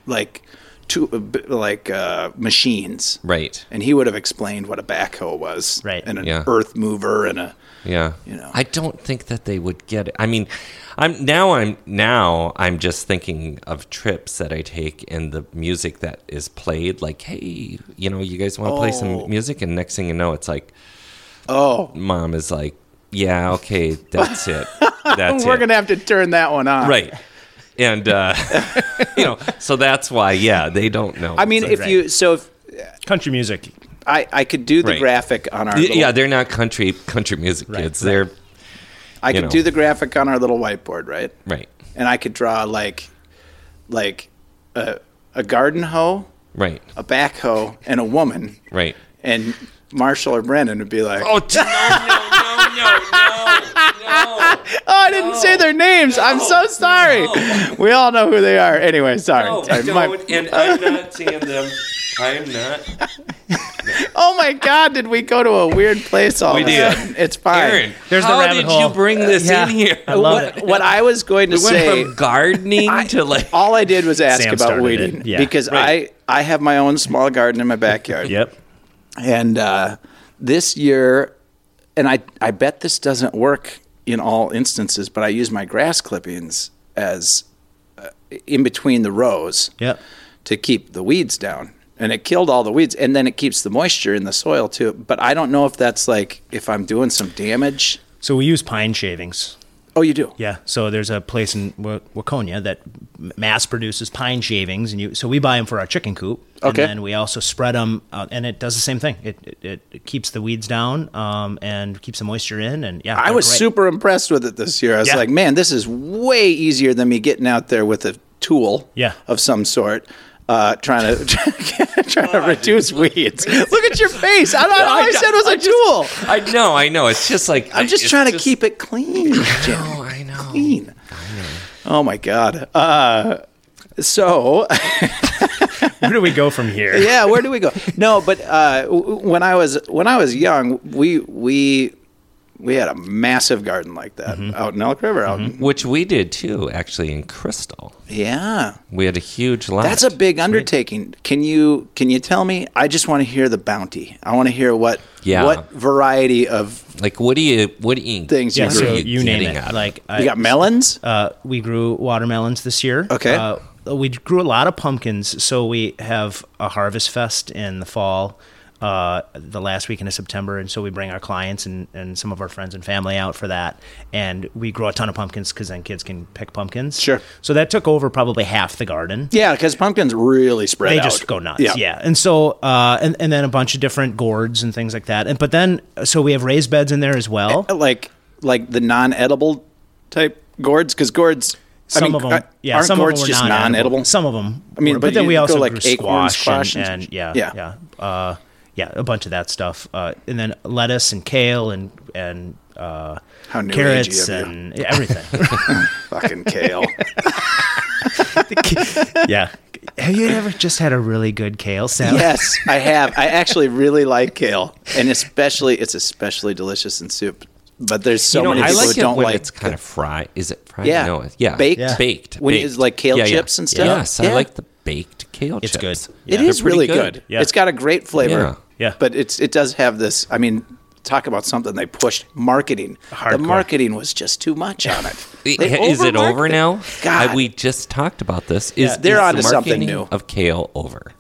like two uh, b- like uh, machines,
right?
and he would have explained what a backhoe was,
Right.
and an
Yeah.
earth mover and a
Yeah.
You know.
I don't think that they would get it. I mean, I'm now I'm now I'm just thinking of trips that I take and the music that is played like, "Hey, you know, you guys want to play
Oh.
some music?" and next thing you know, it's like
oh.
mom is like, "Yeah, okay, that's it. That's
We're
it."
gonna have to turn that one on,
right. And uh, you know, so that's why yeah, they don't know.
I mean,
So-
if you so if
Country music.
I I could do the
Right.
graphic on our
Y-
little,
yeah, they're not country country music kids. They're
I
you
could
know.
do the graphic on our little whiteboard, right?
right.
And I could draw like like a a garden hoe,
Right.
a backhoe, and a woman,
Right.
and Marshall or Brandon would be like,
Oh, t- no, no, no, no, no, no.
"Oh, I didn't say their names. I'm so sorry. We all know who they are. Anyway, sorry.
No,
I-
I
my-
don't, and I'm not seeing them. I'm not.
oh my God, did we go to a weird place all
We
of a
did.
sudden? It's fine.
Aaron,
There's the
how
rabbit
did
hole.
you bring this
Yeah,
in here?
I love
what, what I was going to
We went
say
from gardening to like.
all I did was ask
Sam
about
started
weeding
it. Yeah.
because
Right.
I I have my own small garden in my backyard.
Yep.
And uh, this year, and I I bet this doesn't work in all instances, but I use my grass clippings as uh, in between the rows
Yep.
to keep the weeds down. And it killed all the weeds, and then it keeps the moisture in the soil too. But I don't know if that's like if I'm doing some damage.
So we use pine shavings.
Oh, you do.
Yeah. So there's a place in Wa- Waconia that m- mass produces pine shavings, and you. So we buy them for our chicken coop.
Okay.
And then we also spread them, out, and it does the same thing. It it, it, it keeps the weeds down, um, and keeps the moisture in, and yeah.
I
they're
was
great.
super impressed with it this year. I was
Yeah.
like, man, this is way easier than me getting out there with a tool
Yeah.
of some sort. Uh, trying to trying to reduce weeds. Look at your face. I don't know. All I,
I-
said was a tool.
I know, I know. It's just like
I'm just
it's
trying to keep it clean. Jim.
Oh, I know.
Clean. Oh my god. Uh, so
Where do we go from here?
yeah, where do we go? No, but uh, w- when I was when I was young, we we we had a massive garden like that
Mm-hmm.
out in Elk River. Out in,
Which we did too, actually, in Crystal.
yeah,
We had a huge lot.
That's a big undertaking. Can you can you tell me? I just want to hear the bounty. I want to hear what
Yeah.
what variety of
like. What do you? What do you?
Things
Yeah.
you
what
So
are
you name
getting
it.
out of
Like I,
you got melons?
Uh, we grew watermelons this year.
Okay.
Uh, we grew a lot of pumpkins, so we have a harvest fest in the fall, uh, the last weekend of September, and so we bring our clients and, and some of our friends and family out for that, and we grow a ton of pumpkins because then kids can pick pumpkins.
Sure.
So that took over probably half the garden.
yeah, because pumpkins really spread.
They
out.
just go nuts, yeah. And so, uh, and and then a bunch of different gourds and things like that. And but then, so we have raised beds in there as well.
Like like the non-edible type gourds, because gourds.
Some
I mean,
of them,
uh,
yeah,
aren't
some
gourds
of them
just
were non-edible.
non-edible?
Some of them, I
mean,
mean, but,
but
then
you
we
could
also
go, like,
grew
acorn,
squash,
squash,
and,
and-
and yeah,
yeah.
yeah, uh, yeah, a bunch of that stuff, uh, and then lettuce and kale and and uh,
How new
carrots
agey of you.
and everything.
Fucking kale.
yeah, have you ever just had a really good kale salad?
yes, I have. I actually really like kale, and especially it's especially delicious in soup. But there's so
You know,
many
I
people
like
who
it
don't
when
like
it's kind of fried. Is it fried?
Yeah.
No, it- yeah,
Baked?
Yeah. baked.
When
baked.
it's like kale
Yeah, yeah.
chips and stuff?
Yes,
Yeah.
I like the baked kale
It's good.
chips.
Yeah.
It is
They're pretty
really good.
good.
Yeah.
It's got a great flavor.
Yeah. Yeah.
But it's it does have this. I mean, talk about something they pushed marketing. The
Hardcore.
marketing was just too much on it. They
is it
overmarketed.
over now?
God.
I- we just talked about this. Is
they're
is the
onto something
marketing
new.
of kale over?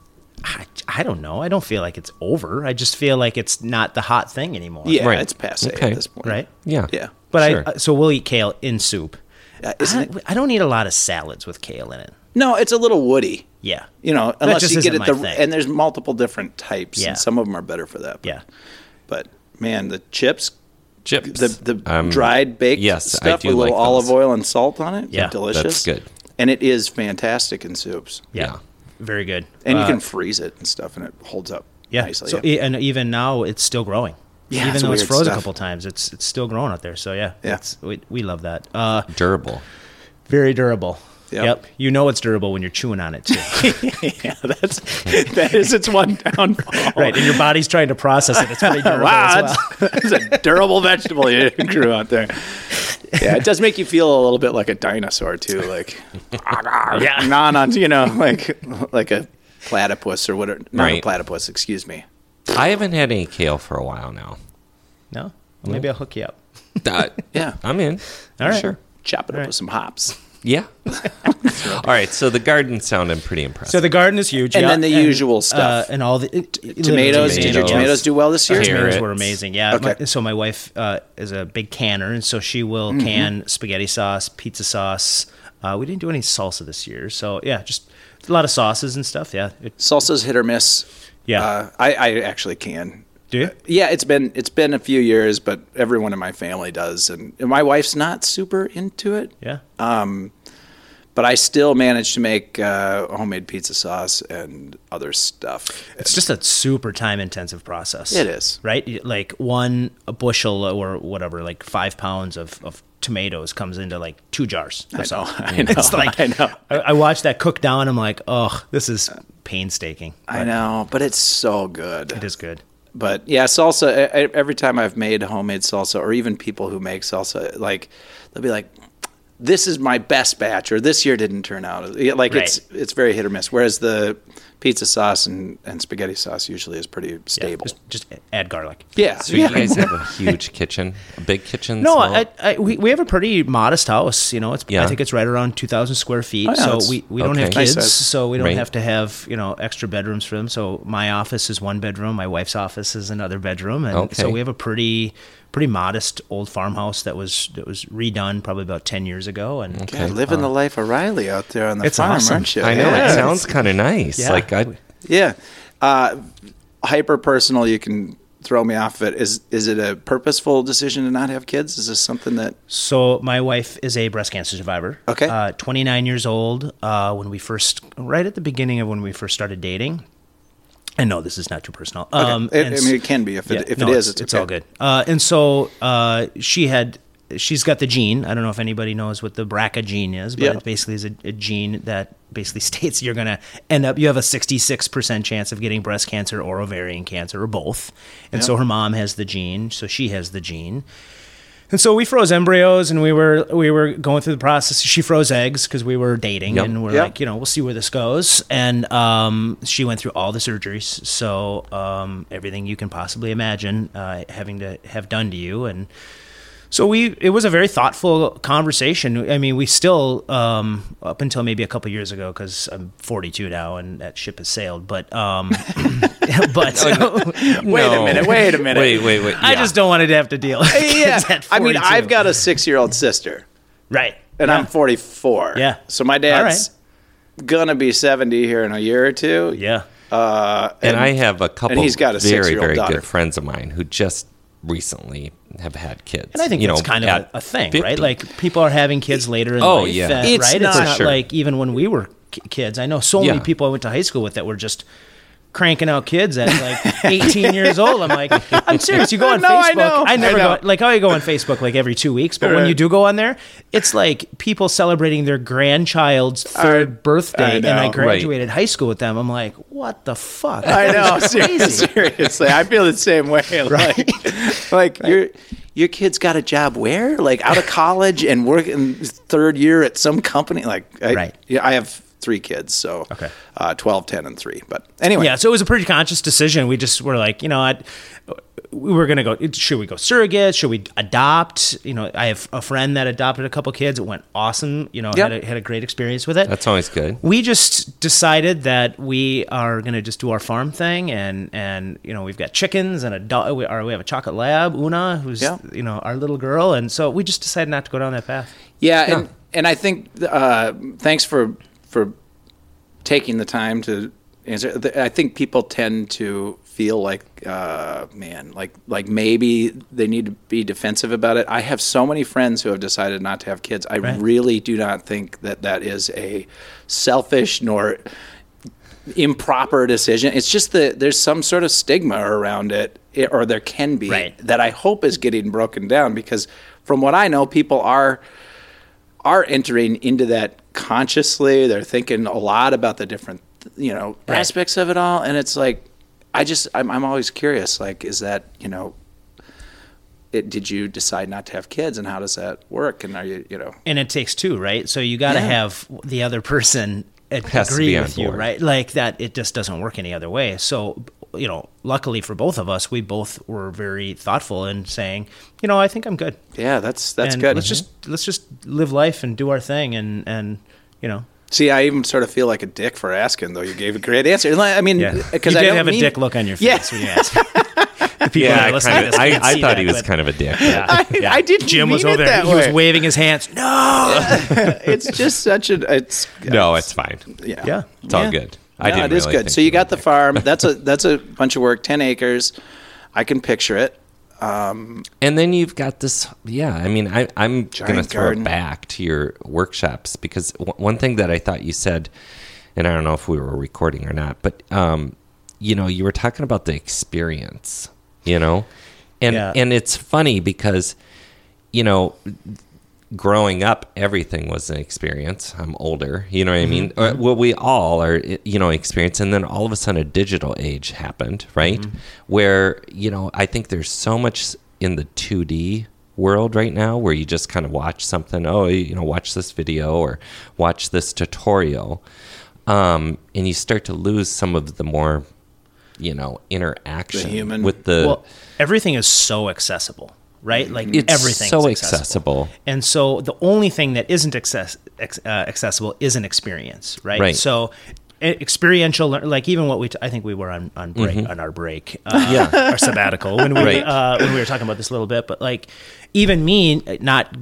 I, I don't know. I don't feel like it's over. I just feel like it's not the hot thing anymore.
Yeah,
Right.
it's passe
Okay.
at this point.
Right?
Yeah.
Yeah.
But
Sure.
I uh, so we'll eat kale in soup.
Uh,
I,
isn't it?
don't- I don't eat a lot of salads with kale in it.
No, it's a little woody.
Yeah.
You know, unless
just
you get
isn't
it
my
the
thing.
and there's multiple different types,
Yeah.
and some of them are better for that.
Yeah.
But man, the chips,
Chips.
the the
Um,
dried baked
yes, I
stuff
do
with a little
like those.
olive oil and salt on it,
Yeah,
delicious.
that's good.
and it is fantastic in soups.
Yeah.
Yeah.
Very good.
and you
Uh,
can freeze it and stuff, and it holds up
yeah.
nicely.
So e- and even now it's still growing.
Yeah,
Even
it's
though it's
weird
frozen
stuff.
a couple times, it's it's still growing out there. So yeah.
Yeah.
It's, we, we love that. Uh,
Durable.
very durable.
Yep.
You know it's durable when you're chewing on it too. Oh,
yeah, that's that is its one downfall.
right. And your body's trying to process it. It's pretty durable.
Wow,
as well.
that's, that's a durable vegetable you grew out there. Yeah, it does make you feel a little bit like a dinosaur too, like yeah, non on you know like like a platypus or whatever. Not a
Right.
platypus, excuse me.
I haven't had any kale for a while now.
No? Well, maybe I'll hook you up.
Uh,
Yeah,
I'm in.
All right.
Sure.
chop it up
Right.
with some hops.
Yeah. All right. So the garden sounded pretty impressive.
So the garden is huge.
And
yeah,
then the usual stuff.
Uh, and all the
Tomatoes. Did your
Tomatoes.
tomatoes do well this year?
Carrots.
tomatoes were amazing. Yeah.
Okay.
My- so my wife uh, is a big canner, and so she will
Mm-hmm.
can spaghetti sauce, pizza sauce. Uh, we didn't do any salsa this year, so yeah, just a lot of sauces and stuff. Yeah, It-
Salsa's hit or miss.
Yeah.
uh, I, I actually can. Uh,
do you?
Yeah, it's been it's been a few years, but everyone in my family does, and, and my wife's not super into it.
Yeah.
but I still managed to make uh, homemade pizza sauce and other stuff.
it's just a super time intensive process.
It is.
right? You- Like one bushel or whatever, like five pounds of. of Tomatoes comes into like two jars. I
know, I know,
It's like
I know. Uh,
I, I watched that cook down. I'm like, oh, this is painstaking.
I know, but it's so good.
It is good.
But yeah, salsa. e- e- Every time I've made homemade salsa, or even people who make salsa, like they'll be like, "This is my best batch," or "This year didn't turn out." Yeah, Like it's it's very hit or miss. Whereas the pizza sauce and, and spaghetti sauce usually is pretty
Yeah,
stable.
Just, just add garlic.
Yeah,
So you guys have a huge kitchen, a big kitchen.
No,
small-
I, I, we, we have a pretty modest house. You know, it's
Yeah.
I think it's right around two thousand square feet.
Oh, yeah,
so
that's-
we, we don't have
okay.
Nice size.
kids, so we don't
Right.
have to have you know extra bedrooms for them. So my office is one bedroom, my wife's office is another bedroom, and so
Okay.
we have a pretty pretty modest old farmhouse that was that was redone probably about ten years ago. And
God, living the life of Riley out there on the
It's
farm,
awesome.
aren't you?
I know
Yeah.
it sounds kind of nice.
Yeah.
Like I,
Yeah. Uh, hyper personal, you can throw me off of it. Is is it a purposeful decision to not have kids? Is this something that
So my wife is a breast cancer survivor.
Okay.
Uh, 29 years old. Uh, when we first, right at the beginning of when we first started dating. And no, this is not too personal. Um,
It-
and
I
s-
mean, it can be. If it- if it is, it's
all
okay.
good. Uh, and so uh, she had, she's got the gene. I don't know if anybody knows what the BRCA gene is, but
Yeah.
it basically is a, a gene that basically states you're going to end up, you have a 66% chance of getting breast cancer or ovarian cancer or both. And so her mom has the gene. So she has the gene. And so we froze embryos, and we were we were going through the process. She froze eggs because we were dating,
Yep.
and we're
Yep.
like, you know, we'll see where this goes. And um, she went through all the surgeries, so um, everything you can possibly imagine uh, having to have done to you, and so we it was a very thoughtful conversation. I mean, we still um, up until maybe a couple years ago because I'm 42 now and that ship has sailed. But um, but
Oh, Wait a minute, wait a minute.
Wait, wait, wait.
I
yeah.
just don't want to have to deal. with kids at
Uh, I mean,
42.
I've got Uh, a six year old sister,
right,
and
Yeah.
I'm 44.
Yeah.
So my dad's gonna be 70 here in a year or two.
yeah.
and, I have a couple
he's got a
very,
six-year-old
very
daughter.
good friends of mine who just recently have had kids.
And I think
you
that's
know,
kind of
at
a, a thing,
50.
right? Like people are having kids later in
Oh,
life,
yeah.
uh,
It's
right?
not-
it's not
Sure.
like even when we were k- kids. I know so
Yeah.
many people I went to high school with that were just cranking out kids at like 18 years old. I'm like, I'm serious. You go on
No,
Facebook.
I know.
I never
I know.
go like I go on Facebook like every two weeks, but when
Right.
you do go on there, it's like people celebrating their grandchild's third birthday, and
know.
I
Right.
graduated high school with them. I'm like, what the fuck?
I know.
It's crazy.
Seriously, I feel the same way. Like, like your your kid's got a job where? Like out of college and working third year at some company. Like, I,
Right.
Yeah, I have three kids, so
Okay.
uh, 12, 10, and three. But anyway,
Yeah, so it was a pretty conscious decision. We just were like, you know, I, we were gonna go. Should we go surrogate? Should we adopt? You know, I have a friend that adopted a couple kids. It went awesome. You know,
Yep.
had, a, had a great experience with it.
That's always good.
we just decided that we are gonna just do our farm thing, and and you know we've got chickens and a dog. We, are, we have a chocolate lab, Una, who's
Yeah.
you know our little girl, and so we just decided not to go down that path.
Yeah, and and I think uh, thanks for for taking the time to answer. Th- I think people tend to feel like, uh, man, like like maybe they need to be defensive about it. I have so many friends who have decided not to have kids. I
Right.
really do not think that that is a selfish nor improper decision. It's just that there's some sort of stigma around it, i- or there can be,
Right.
that I hope is getting broken down because, from what I know, people are are entering into that consciously. They're thinking a lot about the different, you know,
Right.
aspects of it all, and it's like, I just, I'm, I'm always curious. Like, is that, you know, it, did you decide not to have kids, and how does that work? And are you, you know,
and it takes two, right? So you got to have the other person ag-
Has to
agree
be on
with you,
board.
right? Like that, it just doesn't work any other way. So, you know, luckily for both of us, we both were very thoughtful in saying, you know, I think I'm good.
yeah, that's that's
and Mhm.
good.
Let's
Mm-hmm.
just let's just live life and do our thing, and and you know,
See, I even sort of feel like a dick for asking, though. You gave a great answer. And I I mean,
yeah,
because
you
I
did
don't
have
mean-
a dick look on your face
Yeah.
when you asked. The people that
Yeah,
are
I,
listening to
kind of,
this
I,
can't
I
see
thought
that,
he was
but-
kind of a dick.
Yeah, yeah.
I didn't
Jim was
mean
over
it
there.
that
He was
way.
waving his hands. No.
It's just such an. It's
No, it's fine.
yeah.
yeah.
It's all
Yeah.
good. I
no,
didn't
it is
really
good.
think
So you
he
got the
was
farm. That's a that's a bunch of work. Ten acres. I can picture it.
And then you've got this, yeah. I mean, I, I'm going to
Giant
throw
garden.
it back to your workshops because w- one thing that I thought you said, and I don't know if we were recording or not, but um, you know, you were talking about the experience, you know, and
Yeah.
and it's funny because, you know, growing up, everything was an experience. I'm older, you know what I mean?
Mm-hmm.
Uh, Well, we all are, you know, experience. And then all of a sudden, a digital age happened, right?
Mm-hmm.
Where, you know, I think there's so much in the 2D world right now where you just kind of watch something, oh, you know, watch this video or watch this tutorial. Um, and you start to lose some of the more, you know, interaction
human-
with the.
Well, everything is so accessible, right? Like
it's
everything
so
is
accessible.
And so the only thing that isn't access, ex, uh, accessible is an experience, right?
Right.
So e- experiential, lear- like even what we, t- I think we were on, on break, on our break, uh,
Mm-hmm. Yeah.
our sabbatical when we,
Right.
uh, when we were talking about this a little bit, but like even me uh, not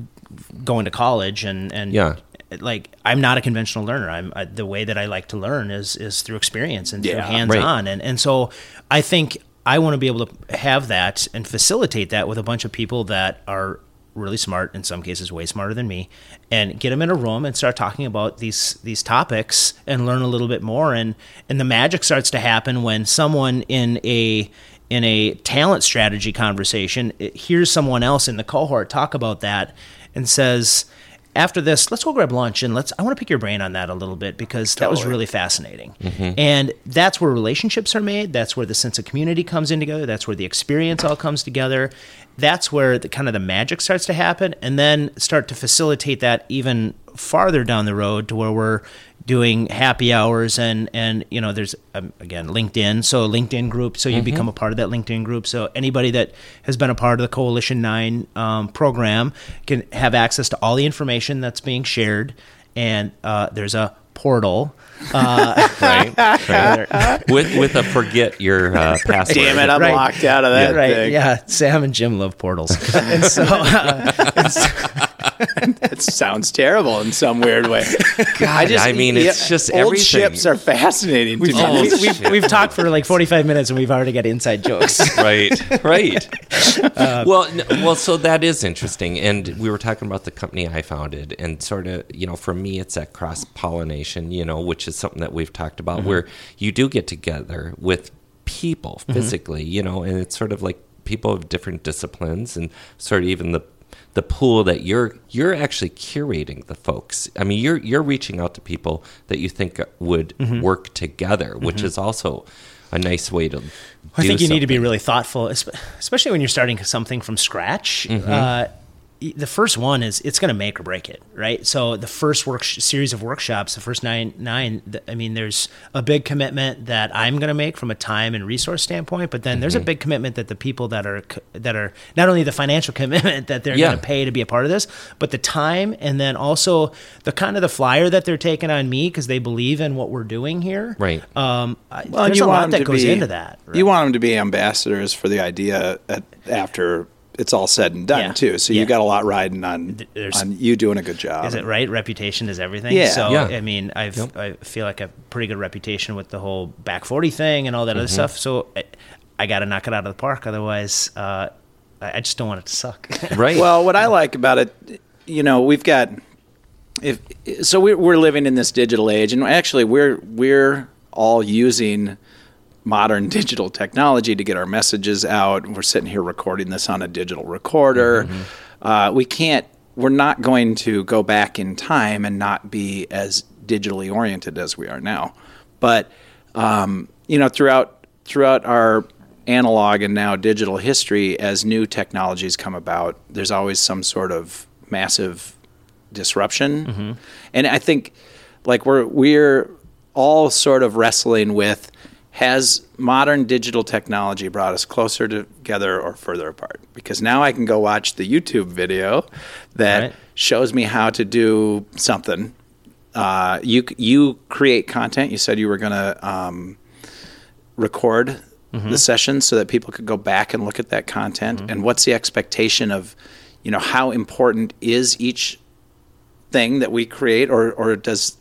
going to college and, and
Yeah.
like I'm not a conventional learner. I'm uh, the way that I like to learn is, is through experience and through
Yeah.
hands
Right.
on. And, and so I think I want to be able to have that and facilitate that with a bunch of people that are really smart, in some cases way smarter than me, and get them in a room and start talking about these these topics and learn a little bit more. And and the magic starts to happen when someone in a in a talent strategy conversation it hears someone else in the cohort talk about that and says after this, let's go grab lunch and let's. I want to pick your brain on that a little bit because that was really fascinating. And that's where relationships are made. That's where the sense of community comes in together. That's where the experience all comes together. That's where the kind of the magic starts to happen, and then start to facilitate that even farther down the road to where we're doing happy hours and and you know there's um, again linkedin so a linkedin group so you become a part of that linkedin group so anybody that has been a part of the coalition 9 um, program can have access to all the information that's being shared and uh, there's a portal uh,
Right.
right,
with with a forget your uh, password.
Damn it! I'm
Right.
locked out of that
right,
thing.
yeah sam and jim love portals and so uh,
It sounds terrible in some weird way.
God, I mean, it's just
old
everything.
ships are fascinating to
we,
me.
Oh,
we've,
shit.
we've talked for like 45 minutes and we've already got inside jokes
right, right.
Uh,
well, n- well, so that is interesting, and we were talking about the company I founded, and sort of, you know, for me, it's that cross pollination, you know, which is something that we've talked
Mm-hmm.
about, where you do get together with people
Mm-hmm.
physically, you know, and it's sort of like people of different disciplines, and sort of even the the pool that you're you're actually curating the folks. I mean, you're you're reaching out to people that you think would
Mm-hmm.
work together, which is also a nice way to.
I
do
think you need to be
something. Mm-hmm.
really thoughtful, espe- especially when you're starting something from scratch. Uh, the first one is it's going to make or break it, right? So the first work series of workshops, the first nine nine, th- I mean, there's a big commitment that I'm going to make from a time and resource standpoint, but then
Mm-hmm.
there's a big commitment that the people that are c- that are not only the financial commitment that they're
Yeah.
going to pay to be a part of this, but the time and then also the kind of the flyer that they're taking on me because they believe in what we're doing here,
Right.
Um, I-
Well, and
there's
you
a
want
lot
'em
that
to
goes
be-
into that. right?
You want them to be ambassadors for the idea at, after it's all said and done,
Yeah.
too. So
Yeah.
you got a lot riding on,
there's-
on you doing a good job.
Is it right? Reputation is everything.
Um, Yeah.
So
Yeah.
I mean, I've
Yep.
I feel like a pretty good reputation with the whole back forty thing and all that other
Mm-hmm.
stuff. So I, I got to knock it out of the park, otherwise, uh, I, I just don't want it to suck.
Right.
Well, what I like about it, you know, we've got if so we're, we're living in this digital age, and actually we're we're all using modern digital technology to get our messages out. We're sitting here recording this on a digital recorder. Uh, we can't. We're not going to go back in time and not be as digitally oriented as we are now. But um, you know, throughout throughout our analog and now digital history, as new technologies come about, there's always some sort of massive disruption. And I think like we're we're all sort of wrestling with has modern digital technology brought us closer together or further apart? Because now I can go watch the YouTube video that
Right.
shows me how to do something. Uh, you you create content. You said you were going to um, record the session so that people could go back and look at that content. And what's the expectation of, you know, how important is each thing that we create or or does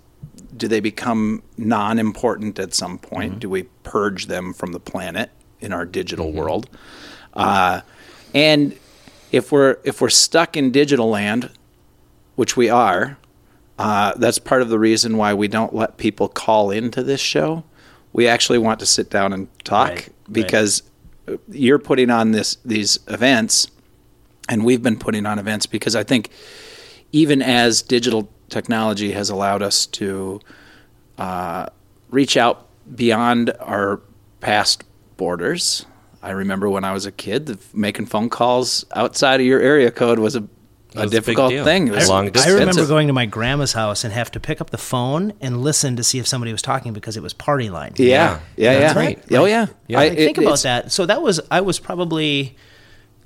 do they become non-important at some
Mm-hmm.
point do we purge them from the planet in our digital world uh, and if we're if we're stuck in digital land which we are uh, that's part of the reason why we don't let people call into this show we actually want to sit down and talk
Right, right.
because uh, you're putting on this these events and we've been putting on events because I think even as digital technology has allowed us to uh, reach out beyond our past borders. I remember when I was a kid, the, making phone calls outside of your area code was a, a
was a big
difficult
deal.
thing. It
I
was
long
I
distance.
remember
expensive.
going to my grandma's house and have to pick up the phone and listen to see if somebody was talking because it was party line.
Yeah, yeah, yeah.
That's right.
Oh, yeah.
Yeah.
I-
Like,
Like,
it-
think about
it's-
that. So that was I was probably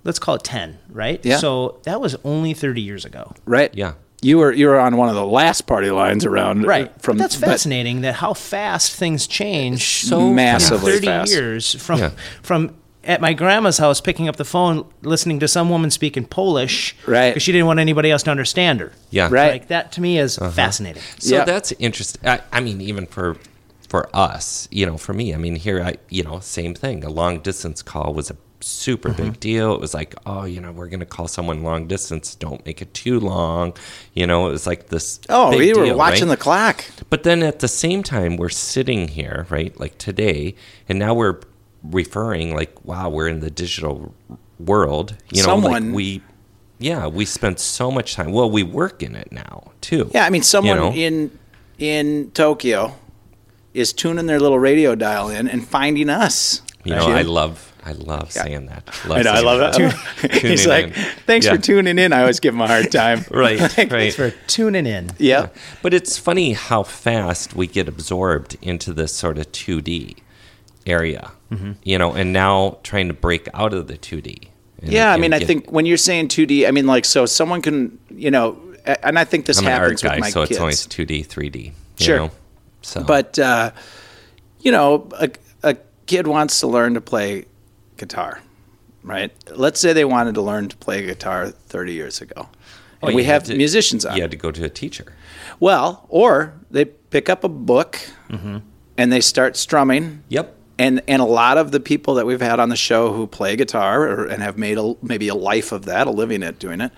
let's call it ten, right?
Yeah.
So that was only thirty years ago.
Right.
Yeah.
You were you were on one of the last party lines around. uh,
Right.
From
From that's
but-
fascinating that how fast things change.
so
massively
thirty
fast.
years from
Yeah.
from at my grandma's house picking up the phone, listening to some woman speaking Polish,
Right.
Because she didn't want anybody else to understand her.
Yeah. Uh-huh.
Right.
Like that to me is fascinating.
So
Yeah.
that's interesting. I, I mean, even for for us, you know, for me, I mean, here, I, you know, same thing. A long distance call was a super
Mm-hmm.
big deal. It was like, oh, you know, we're going to call someone long distance. Don't make it too long. You know, it was like this.
Oh,
big
we were
deal,
watching
right?
the clock.
But then at the same time, we're sitting here, right? Like today, and now we're referring, like, wow, we're in the digital world. You know,
Someone-
like we, yeah, we spent so much time. Well, we work in it now too.
Yeah, I mean, someone
you know?
in in Tokyo is tuning their little radio dial in and finding us.
You know,
Jim.
I love, I love saying that. Love
I know, I
saying
love
that.
that.
Tuning
He's like,
in.
"Thanks
Yeah.
for tuning in." I always give him a hard time.
Right,
Like,
right.
Thanks for tuning in.
Yeah.
But it's funny how fast we get absorbed into this sort of 2D area,
Mm-hmm.
you know, and now trying to break out of the 2D. and-
Yeah, I
and
mean, I
get-
think when you're saying 2D, I mean, like, so someone can, you know, a- and I think this
I'm an art
happens
guy,
with my
so
kids.
it's always 2D, 3D. You
Sure.
Know? So,
But uh, you know, a, a kid wants to learn to play guitar, right? Let's say they wanted to learn to play guitar 30 years ago.
Oh,
And we
you had
have
to-
musicians on.
you had to go to a teacher.
Well, or they pick up a book
Mm-hmm.
and they start strumming.
Yep.
And and a lot of the people that we've had on the show who play guitar or, and have made a, maybe a life of that, a living at doing it.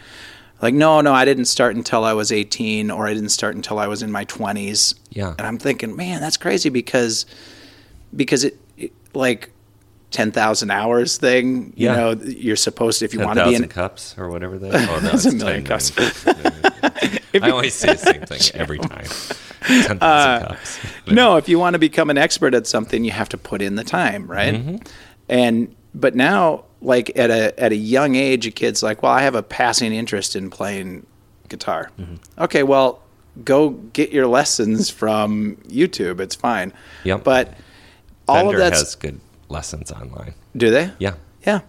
Like, no, no, I didn't start until I was 18 or I didn't start until I was in my 20s.
Yeah.
And I'm thinking, man, that's crazy because because it, it like 10,000 hours thing,
Yeah.
you know, you're supposed to if you want to be
10,000
in
cups or whatever that is. Oh, no,
That's
it's
a
10
million cups.
I always say the same thing every time. 10,000 cups.
Uh, no, if
Mm-hmm.
you want to become an expert at something, you have to put in the time, right? And but now like at a at a young age, a kid's like, "Well, I have a passing interest in playing guitar."
Mm-hmm.
Okay, well, go get your lessons from YouTube. It's fine.
Yep.
But all
Fender
of that's
has good lessons online.
do they?
Yeah.
Yeah.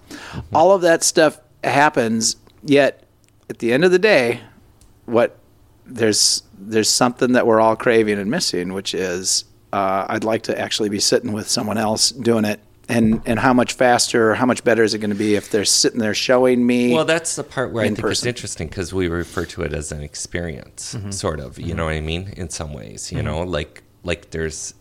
All of that stuff happens, yet at the end of the day, what there's there's something that we're all craving and missing, which is uh, I'd like to actually be sitting with someone else doing it. And and how much faster, how much better is it going to be if they're sitting there showing me?
Well, that's the part where I
in
think it's
person. Mm-hmm.
interesting because we refer to it as an experience, sort of. You know what I mean? In some ways, you know, like like there's,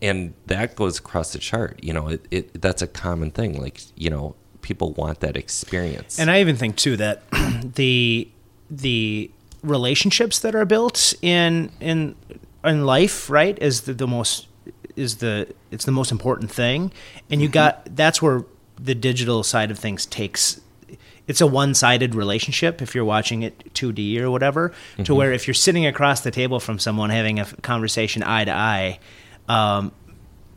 and that goes across the chart. You know, it, it that's a common thing. Like you know, people want that experience.
And I even think too that the the relationships that are built in in in life, right, is the, the most is the it's the most important thing. And you got that's where the digital side of things takes it's a one-sided relationship if you're watching it 2D or whatever to where if you're sitting across the table from someone having a f- conversation eye to eye um,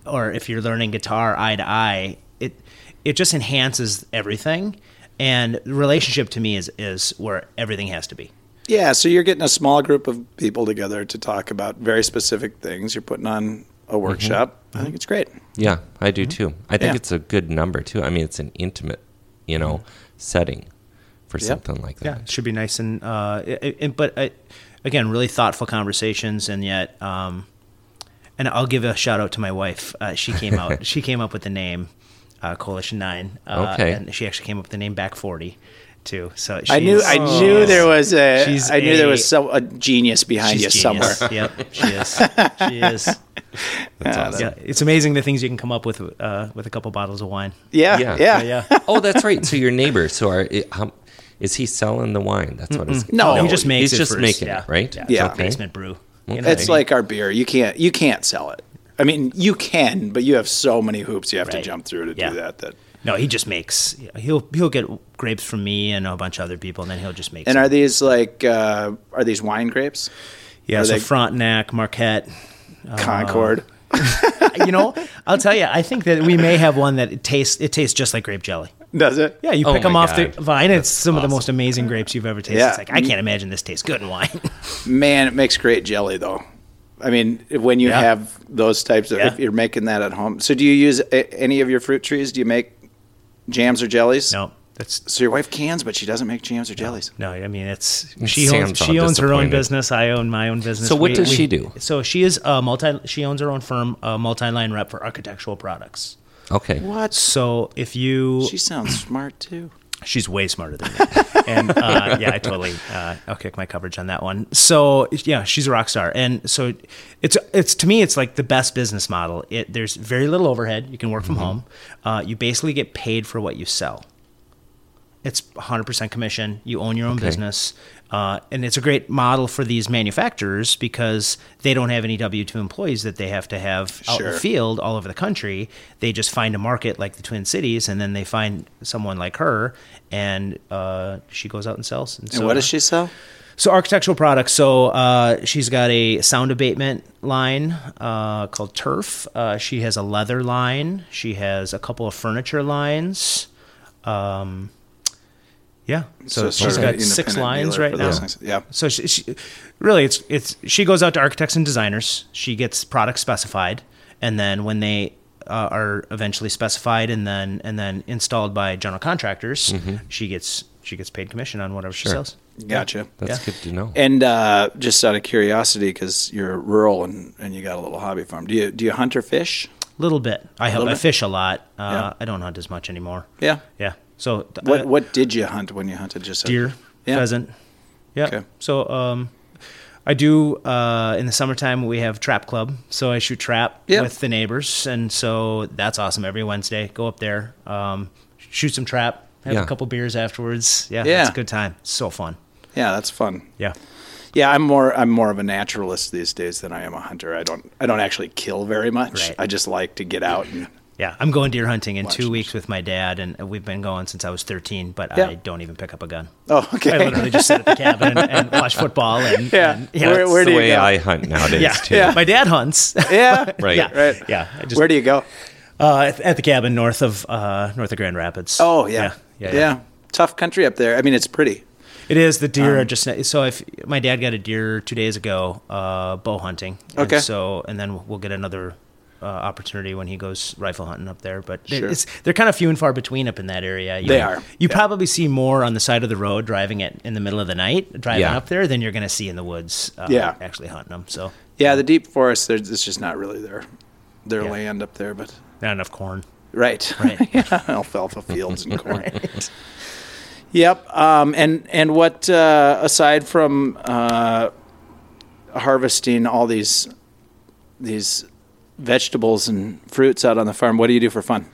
or if you're learning guitar eye to eye, it it just enhances everything. And relationship to me is is where everything has to be.
yeah. So you're getting a small group of people together to talk about very specific things. You're putting on a
Mm-hmm.
workshop. I think it's great.
yeah, I do too. I think
Mm-hmm. Yeah.
it's a good number too. I mean, it's an intimate, you know,
Mm-hmm.
setting for something like
Yeah,
that.
it should be nice and uh, it, it, but uh, again, really thoughtful conversations, and yet, um, and I'll give a shout out to my wife. Uh, she came out. she came up with the name uh, Coalition Nine. Uh,
Okay.
and she actually came up with the name Back Forty too. So
I knew I
she's-
knew there was a
She's
I knew there
a-
was some a genius behind you
She's
somewhere.
genius. Yep, she is. She is. Yeah, it's amazing the things you can come up with uh, with a couple bottles of wine.
Yeah,
Yeah.
yeah,
Yeah,
yeah.
oh, that's right. So your neighbor. So are, i- how, is he selling the wine? That's what it's. Oh,
No,
he
No,
just makes
he's
it
just
first.
making
yeah.
it, right?
Yeah,
Yeah.
It's a basement brew. You know,
It's like our beer. You can't you can't sell it. I mean, you can, but you have so many hoops you have to
Right.
jump through to
Yeah.
do that. That
no, he just makes. He'll he'll get grapes from me and a bunch of other people, and then he'll just make.
and
some.
are these like uh, are these wine grapes?
yeah,
are
so
they-
Frontenac, Marquette. Uh,
Concord.
You know, I'll tell you, I think that we may have one that it tastes it tastes just like grape jelly.
Does it?
Yeah, you
Oh
pick them
my
off the
God.
vine. It's some of
awesome.
the most amazing grapes you've ever tasted.
Yeah.
It's like I can't imagine this tastes good in wine.
Man, it makes great jelly though. I mean, when you
Yeah.
have those types of
Yeah.
if you're making that at home. So do you use a, any of your fruit trees? Do you make jams or jellies?
no, that's
So your wife cans, but she doesn't make jams or jellies.
No, I mean it's she
Sam's
owns
all
she owns her own
disappointed.
business. I own my own business.
So what does she do?
So she is a multi. She owns her own firm, a multi-line rep for architectural products.
Okay.
What?
So if you,
She
she's,
sounds smart too.
way smarter than me. and uh, yeah, I totally. Uh, I'll kick my coverage on that one. So yeah, she's a rock star, and so it's it's to me it's like the best business model. It there's very little overhead. You can work
Mm-hmm.
from home. Uh, you basically get paid for what you sell. It's 100% commission. You own your own business. Uh, and it's a great model for these manufacturers because they don't have any W 2 employees that they have to have out in the
Sure.
field all over the country. They just find a market like the Twin Cities and then they find someone like her and uh, she goes out and sells.
And what does she sell?
So architectural products. So uh, she's got a sound abatement line uh, called Turf. Uh, she has a leather line. She has a couple of furniture lines. Um, yeah. So,
sort
she's
of
got
an
six
independent
lines
dealer
right
for
now.
those things. Yeah.
So she, she, really, it's it's she goes out to architects and designers. She gets products specified, and then when they uh, are eventually specified and then and then installed by general contractors, she gets she gets paid commission on whatever she sells.
Gotcha.
That's good to know.
And uh, just out of curiosity, because you're rural and, and you got a little hobby farm, do you do you hunt or fish?
little bit. I help. I
Little bit?
fish a lot. Uh,
Yeah.
I don't hunt as much anymore.
Yeah.
Yeah. So th-
What
uh,
what did you hunt when you hunted? Just
deer,
Yeah.
pheasant. Yeah.
Okay.
So um, I do uh, in the summertime we have trap club, so I shoot trap
Yeah.
with the neighbors, and so that's awesome. Every Wednesday, go up there, um, shoot some trap, have
Yeah.
a couple beers afterwards. Yeah,
Yeah.
it's a good time. It's so fun.
Yeah, that's fun.
Yeah.
Yeah, I'm more I'm more of a naturalist these days than I am a hunter. I don't I don't actually kill very much.
Right.
I just like to get out and
Yeah, I'm going deer hunting in two
Watch.
weeks with my dad, and we've been going since I was 13. But
Yeah.
I don't even pick up a gun.
oh okay.
I literally just sit at the cabin and, and watch football. And
Yeah.
and-
Where-
it's-
where do
the
you
way
go?
I hunt nowadays
yeah.
too.
My dad hunts.
yeah.
Right.
yeah.
Right.
Yeah. I just,
Where do you go?
Uh, at, at the cabin north of uh, north of Grand Rapids.
Oh yeah.
yeah,
Yeah,
yeah, yeah.
Tough country up there. I mean, it's pretty.
It is the deer
Um,
are just so. If my dad got a deer two days ago, uh, bow hunting. And
Okay.
So and then we'll get another uh, opportunity when he goes rifle hunting up there. But they-
Sure.
it's, they're kind of few and far between up in that area. You
They are.
You
Yeah.
probably see more on the side of the road driving it in the middle of the night driving
Yeah.
up there than you're going to see in the woods. Uh,
Yeah.
Actually hunting them. So
Yeah, the deep forest. There's it's just not really their their
Yeah.
land up there, but
not enough corn.
right,
Right.
yeah, alfalfa fields and corn. Yep. Um, and and what uh, aside from uh, harvesting all these these vegetables and fruits out on the farm, what do you do for fun?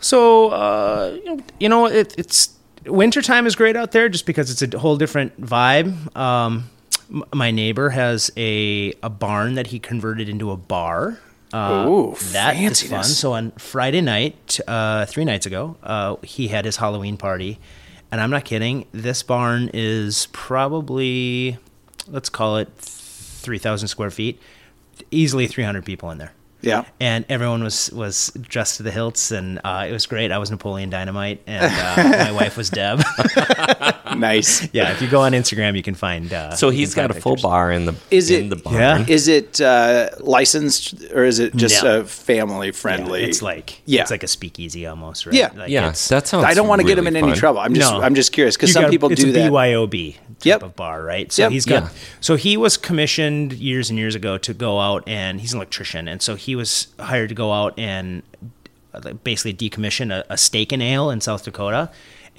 So uh, you know- you know, it, it's wintertime is great out there just because it's a whole different vibe. Um, m- my neighbor has a a barn that he converted into a bar. Uh,
Ooh,
that is
fanciness.
fun. So on Friday night, uh, three nights ago, uh, he had his Halloween party, and I'm not kidding. This barn is probably let's call it three thousand square feet, easily three hundred people in there
Yeah.
and everyone was was dressed to the hilts, and uh, it was great. I was Napoleon Dynamite, and uh, my wife was Deb.
Nice.
yeah, if you go on Instagram, you can find. Uh,
So
you can
he's got
find
a full
pictures.
bar in the
Is
in
it-
the barn.
Yeah.
Is it uh, licensed or is it just
No.
a family
Yeah,
friendly?
it's like
Yeah.
it's like a speakeasy almost, right?
Yeah.
like
Yeah,
it's-
that sounds.
I don't want to get
really
him in any
fun.
trouble. I'm just
No.
I'm just curious because
You
some
got-
people
it's
do
a
that.
BYOB type
Yep.
of bar, right? So
Yep.
he's got.
Yeah.
So he was commissioned years and years ago to go out and he's an electrician, and so he was hired to go out and uh, like, basically decommission a, a steak and ale in South Dakota.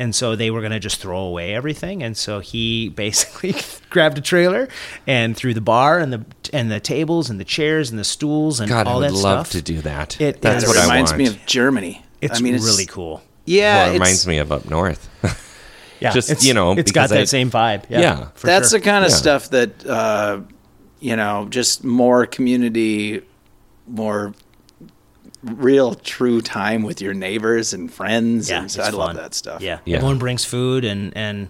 And so they were going to just throw away everything, and so he basically grabbed a trailer and threw the bar and the and the tables and the chairs and the stools and
God, I
all
would
that
love
stuff.
to do that.
It
That's
is-
what
it
I
reminds
want.
me of Germany.
It's
I mean,
really cool.
Yeah,
well, it
it's-
reminds me of up north.
Yeah,
Just,
it's-
you know,
it's
because
got that
I-
same vibe. Yeah,
Yeah.
for
that's
sure.
the kind of
Yeah.
stuff that uh, you know just more community more real true time with your neighbors and friends
Yeah,
and so
it's
i love
fun.
that stuff
Yeah.
Yeah.
everyone brings food and and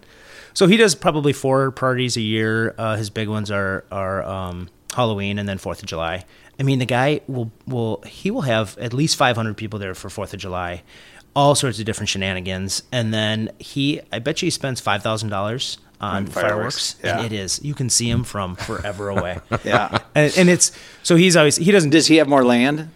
so he does probably four parties a year. Uh, his big ones are are um, Halloween and then Fourth of July. I mean, the guy will will he will have at least five hundred people there for Fourth of July, all sorts of different shenanigans, and then he I bet you he spends five thousand dollars on
fireworks,
fireworks,
yeah.
and it is you can see him from forever away.
yeah
And, and it's so he's always he doesn't
does he have more land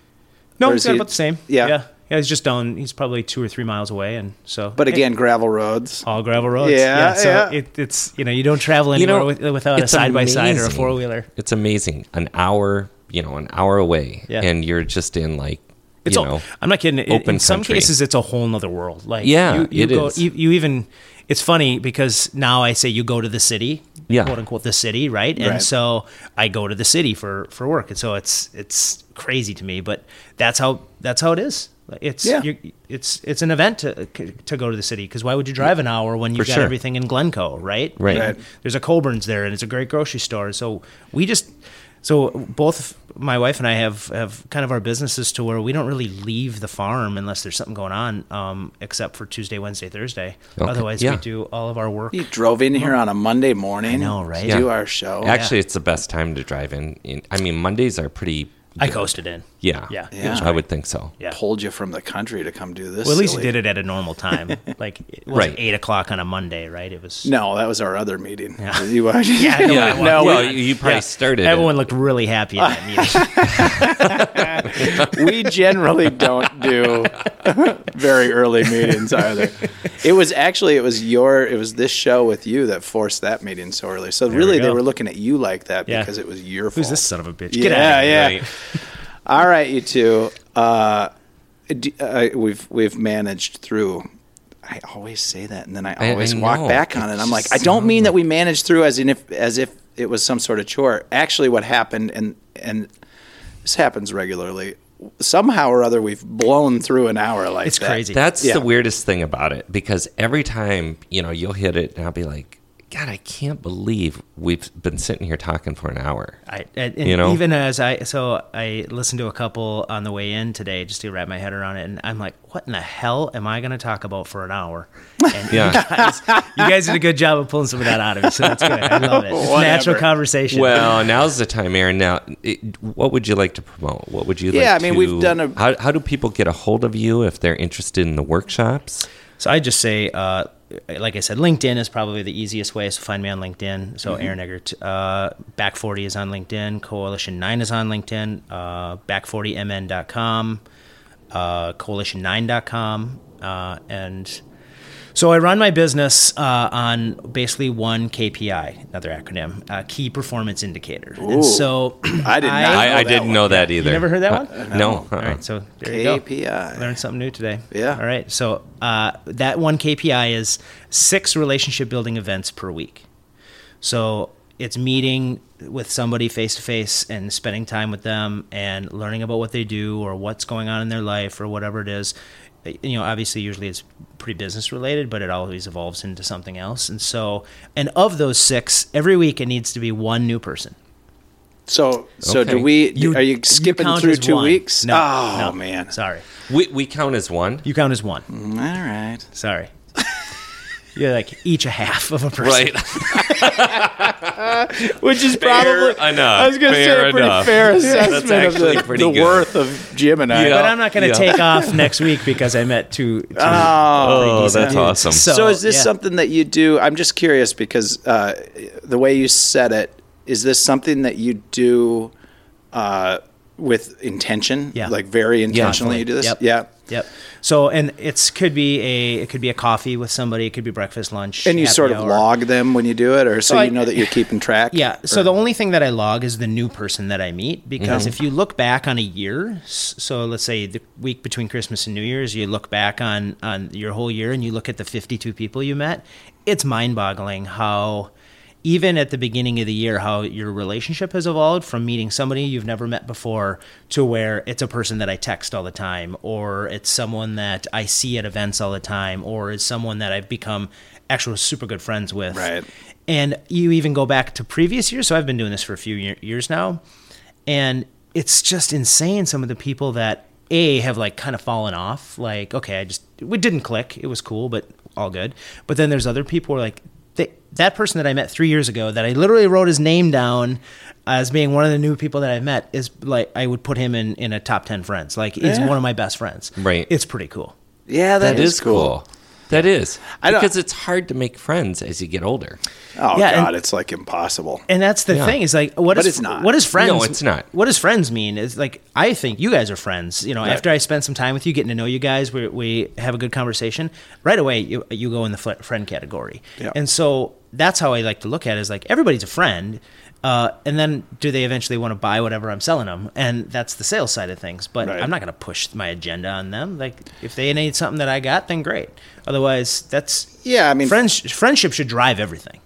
no
or
he's
is
got
he-
about the same
Yeah.
yeah yeah he's just down he's probably two or three miles away and so
but again gravel roads
all gravel roads.
Yeah,
so
yeah.
It, it's you know you don't travel
You
anywhere
know,
with, without a
it's
side by side or a
amazing.
four wheeler.
It's amazing. An hour, you know, an hour away,
Yeah.
and you're just in like,
It's
you
all,
know,
I'm not kidding. In-
open
in some
country.
cases, it's a whole nother world. Like
Yeah,
you, you
it
go,
is.
You, you even it's funny because now I say you go to the city,
Yeah.
quote unquote the city, right? And
Right.
so I go to the city for for work, and so it's it's crazy to me, but that's how that's how it is. It's
Yeah.
you it's it's an event to to go to the city because why would you drive an hour when you've
For
got
sure.
everything in Glencoe, right?
Right.
And
Right.
There's a Colburn's there, and it's a great grocery store. So we just, so both my wife and I have have kind of our businesses to where we don't really leave the farm unless there's something going on, um, except for Tuesday, Wednesday, Thursday.
Okay,
Otherwise,
yeah.
we do all of our work.
you drove in here on a monday morning
I know, right?
to do
Yeah.
our show
actually, it's the best time to drive in. in I mean, Mondays are pretty.
I
good.
coasted in.
Yeah.
Yeah.
Yeah.
I would think so.
Yeah.
pulled you from the country to come do this
Well, at least you
silly-
did it at a normal time. like it was
Right.
eight o'clock on a Monday, right? It was.
no that was our other meeting
Yeah.
you are
Yeah, I know
Yeah,
it was.
well,
Yeah.
you- you probably started it.
Everyone looked really happy at that meeting.
we generally don't do very early meetings either. It was actually it was your it was this show with you that forced that meeting so early. So really they
go.
were looking at you like that
Yeah.
because it was your fault.
Who's this son of a bitch?
Yeah,
Get out of here.
yeah.
Right.
All right, you two. Uh, d- uh, we've we've managed through. I always say that, and then I
I
always walk
know.
back on
It
it. I'm like,
just
I don't mean
sounds
that we managed through as in if as if it was some sort of chore. Actually, what happened, and and this happens regularly. Somehow or other, we've blown through an hour like
It's
that.
crazy.
That's
Yeah.
the weirdest thing about it because every time, you know, you'll hit it and I'll be like, God, I can't believe we've been sitting here talking for an hour.
I, and and
You know?
even as I so I listened to a couple on the way in today just to wrap my head around it, and I'm like, what in the hell am I going to talk about for an hour? And
Yeah.
you, guys, you guys did a good job of pulling some of that out of me, so that's good. I love it. It's natural
Whatever.
conversation.
Well, now's the time, Aaron. Now, it, what would you like to promote? What would you like
Yeah, I mean,
to-
we've done a-
How, how do people get a hold of you if they're interested in the workshops?
So I just say, uh, like I said, LinkedIn is probably the easiest way. So find me on LinkedIn. So
Mm-hmm.
Aaron Eggert, uh, Back 40 is on LinkedIn. Coalition 9 is on LinkedIn. Uh, Back40mn.com, uh, Coalition9.com. Uh, and so I run my business uh, on basically one KPI, another acronym, uh, Key Performance Indicator. And so
I did not
I,
know
I,
that
didn't
one.
know that either.
You never heard that
Uh,
one?
no. uh-uh.
All right, so there you
KPI.
go. Learned something new today.
Yeah.
All right, so uh, that one KPI is six relationship building events per week. So it's meeting with somebody face to face and spending time with them and learning about what they do or what's going on in their life or whatever it is. You know, obviously, usually it's pretty business related, but it always evolves into something else. And so, and of those six, every week it needs to be one new person.
So, so
Okay.
do we?
You-
are you skipping
count
through
as
two
one.
weeks?
No,
oh
no,
man.
Sorry.
We, we count as one.
You count as one.
All right.
Sorry. You're like each a half of a person.
Right.
Which is
Fair
probably
enough.
I was going to say
Fair
a pretty
enough.
fair
That's
assessment of
actually
the,
pretty
the
good.
worth of Jim and I.
Yeah.
But I'm not going
Yeah.
to take off next week because I met two. two
Oh,
Oh, that's awesome.
So,
So is this
yeah.
something that you do? I'm just curious because uh, the way you said it, is this something that you do uh, with intention?
Yeah.
Like very intentionally you do this?
Yep.
Yeah.
Yep. So and it's could be a it could be a coffee with somebody. It could be breakfast, lunch,
And you
happy
sort of
hour.
log them when you do it or so
So I-
you know that you're keeping track?
Yeah.
Or-
So
Mm-hmm.
the only thing that I log is the new person that I meet because if you look back on a year, s- so let's say the week between Christmas and New Year's, you look back on on your whole year and you look at the 52 people you met, it's mind-boggling how even at the beginning of the year how your relationship has evolved from meeting somebody you've never met before to where it's a person that I text all the time or it's someone that I see at events all the time or it's someone that I've become actual super good friends with
Right.
and you even go back to previous years so i've been doing this for a few year, years now and it's just insane some of the people that a have like kind of fallen off like okay i just we didn't click it was cool but all good but then there's other people who are like they, that person that i met three years ago that i literally wrote his name down as being one of the new people that i've met is like i would put him in in a top 10 friends like he's
Yeah.
one of my best friends
Right.
it's pretty cool
Yeah,
that is cool. That is.
I don't-
because it's hard to make friends as you get older.
Oh
Yeah,
god,
and-
it's like impossible.
And that's the
Yeah.
thing is like what
But
is
it's not.
what does friends
No, it's not.
What does friends mean? Is like I think you guys are friends. You know, after I spend some time with you, getting to know you guys, we we have a good conversation. Right away, you, you go in the fl- friend category.
Yeah.
And so that's how I like to look at it is like everybody's a friend. Uh, and then do they eventually want to buy whatever I'm selling them? And that's the sales side of things. But
Right.
I'm not going to push my agenda on them. Like if they need something that I got, then great. Otherwise, that's
Yeah, I mean-
friends, friendship should drive everything.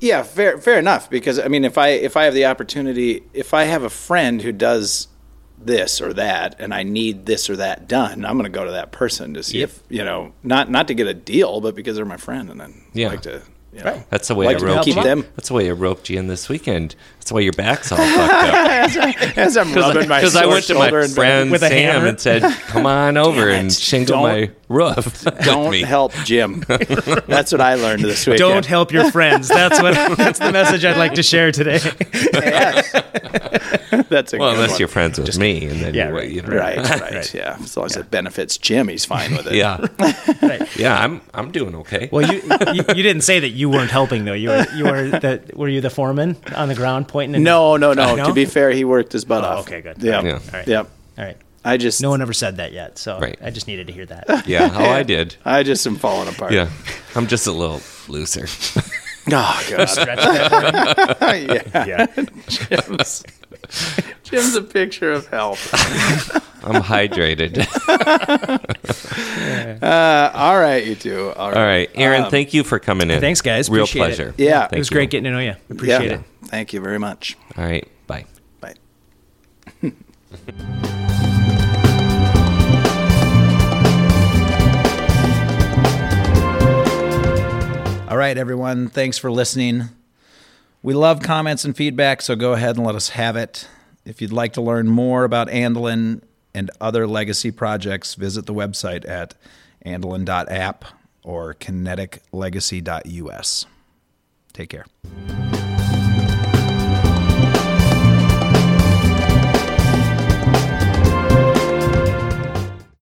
Yeah, fair fair enough. Because I mean, if I if I have the opportunity, if I have a friend who does this or that, and I need this or that done, I'm going to go to that person to see
Yep.
if you know not not to get a deal, but because they're my friend, and then
Yeah.
like to you know,
Right.
That's the way
Like
I
to
roped
keep
you.
them.
That's the way I roped you in this weekend. That's why your back's all fucked up.
as I'm rubbing my
Because I
sore
went to my
shoulder and-
friend
With a
Sam
hammer?
and said, "Come on over
Damn
and
it.
shingle my roof." with
Don't
me.
help Jim. That's what I learned this weekend.
Don't help your friends. That's what that's the message I'd like to share today.
Yes. That's a
Well,
good
unless
one.
you're friends with me, and then
yeah,
you,
right,
you know.
right, right, yeah. As long as it benefits Jim, he's fine with it.
Yeah,
Right.
yeah, I'm I'm doing okay.
Well, you, you you didn't say that you weren't helping though. You were you were the were you the foreman on the ground pointing? and-
No, no, no.
No? Oh,
To be fair, he worked his butt off.
okay, good.
Yeah.
Yeah.
Yeah.
All right. All right.
I just
No one ever said that yet, so
Right.
I just needed to hear that.
yeah, how I did.
I just am falling apart.
Yeah, I'm just a little looser.
Oh god.
Stretch that.
yeah.
Yeah.
Jim's, Jim's a picture of help.
I'm hydrated.
Uh, all right, you two. All right.
All right, Aaron, thank you for coming in.
Um, Thanks, guys.
Real
Appreciate it.
pleasure.
Yeah.
Thank
It was
you.
great getting to know you. Appreciate
Yeah.
it.
Thank you very much.
All right, bye.
Bye.
All right.
right, everyone. Thanks for listening. We love comments and feedback, so go ahead and let us have it. If you'd like to learn more about Andelin and other legacy projects, visit the website at andelin.app or kineticlegacy.us. Take care.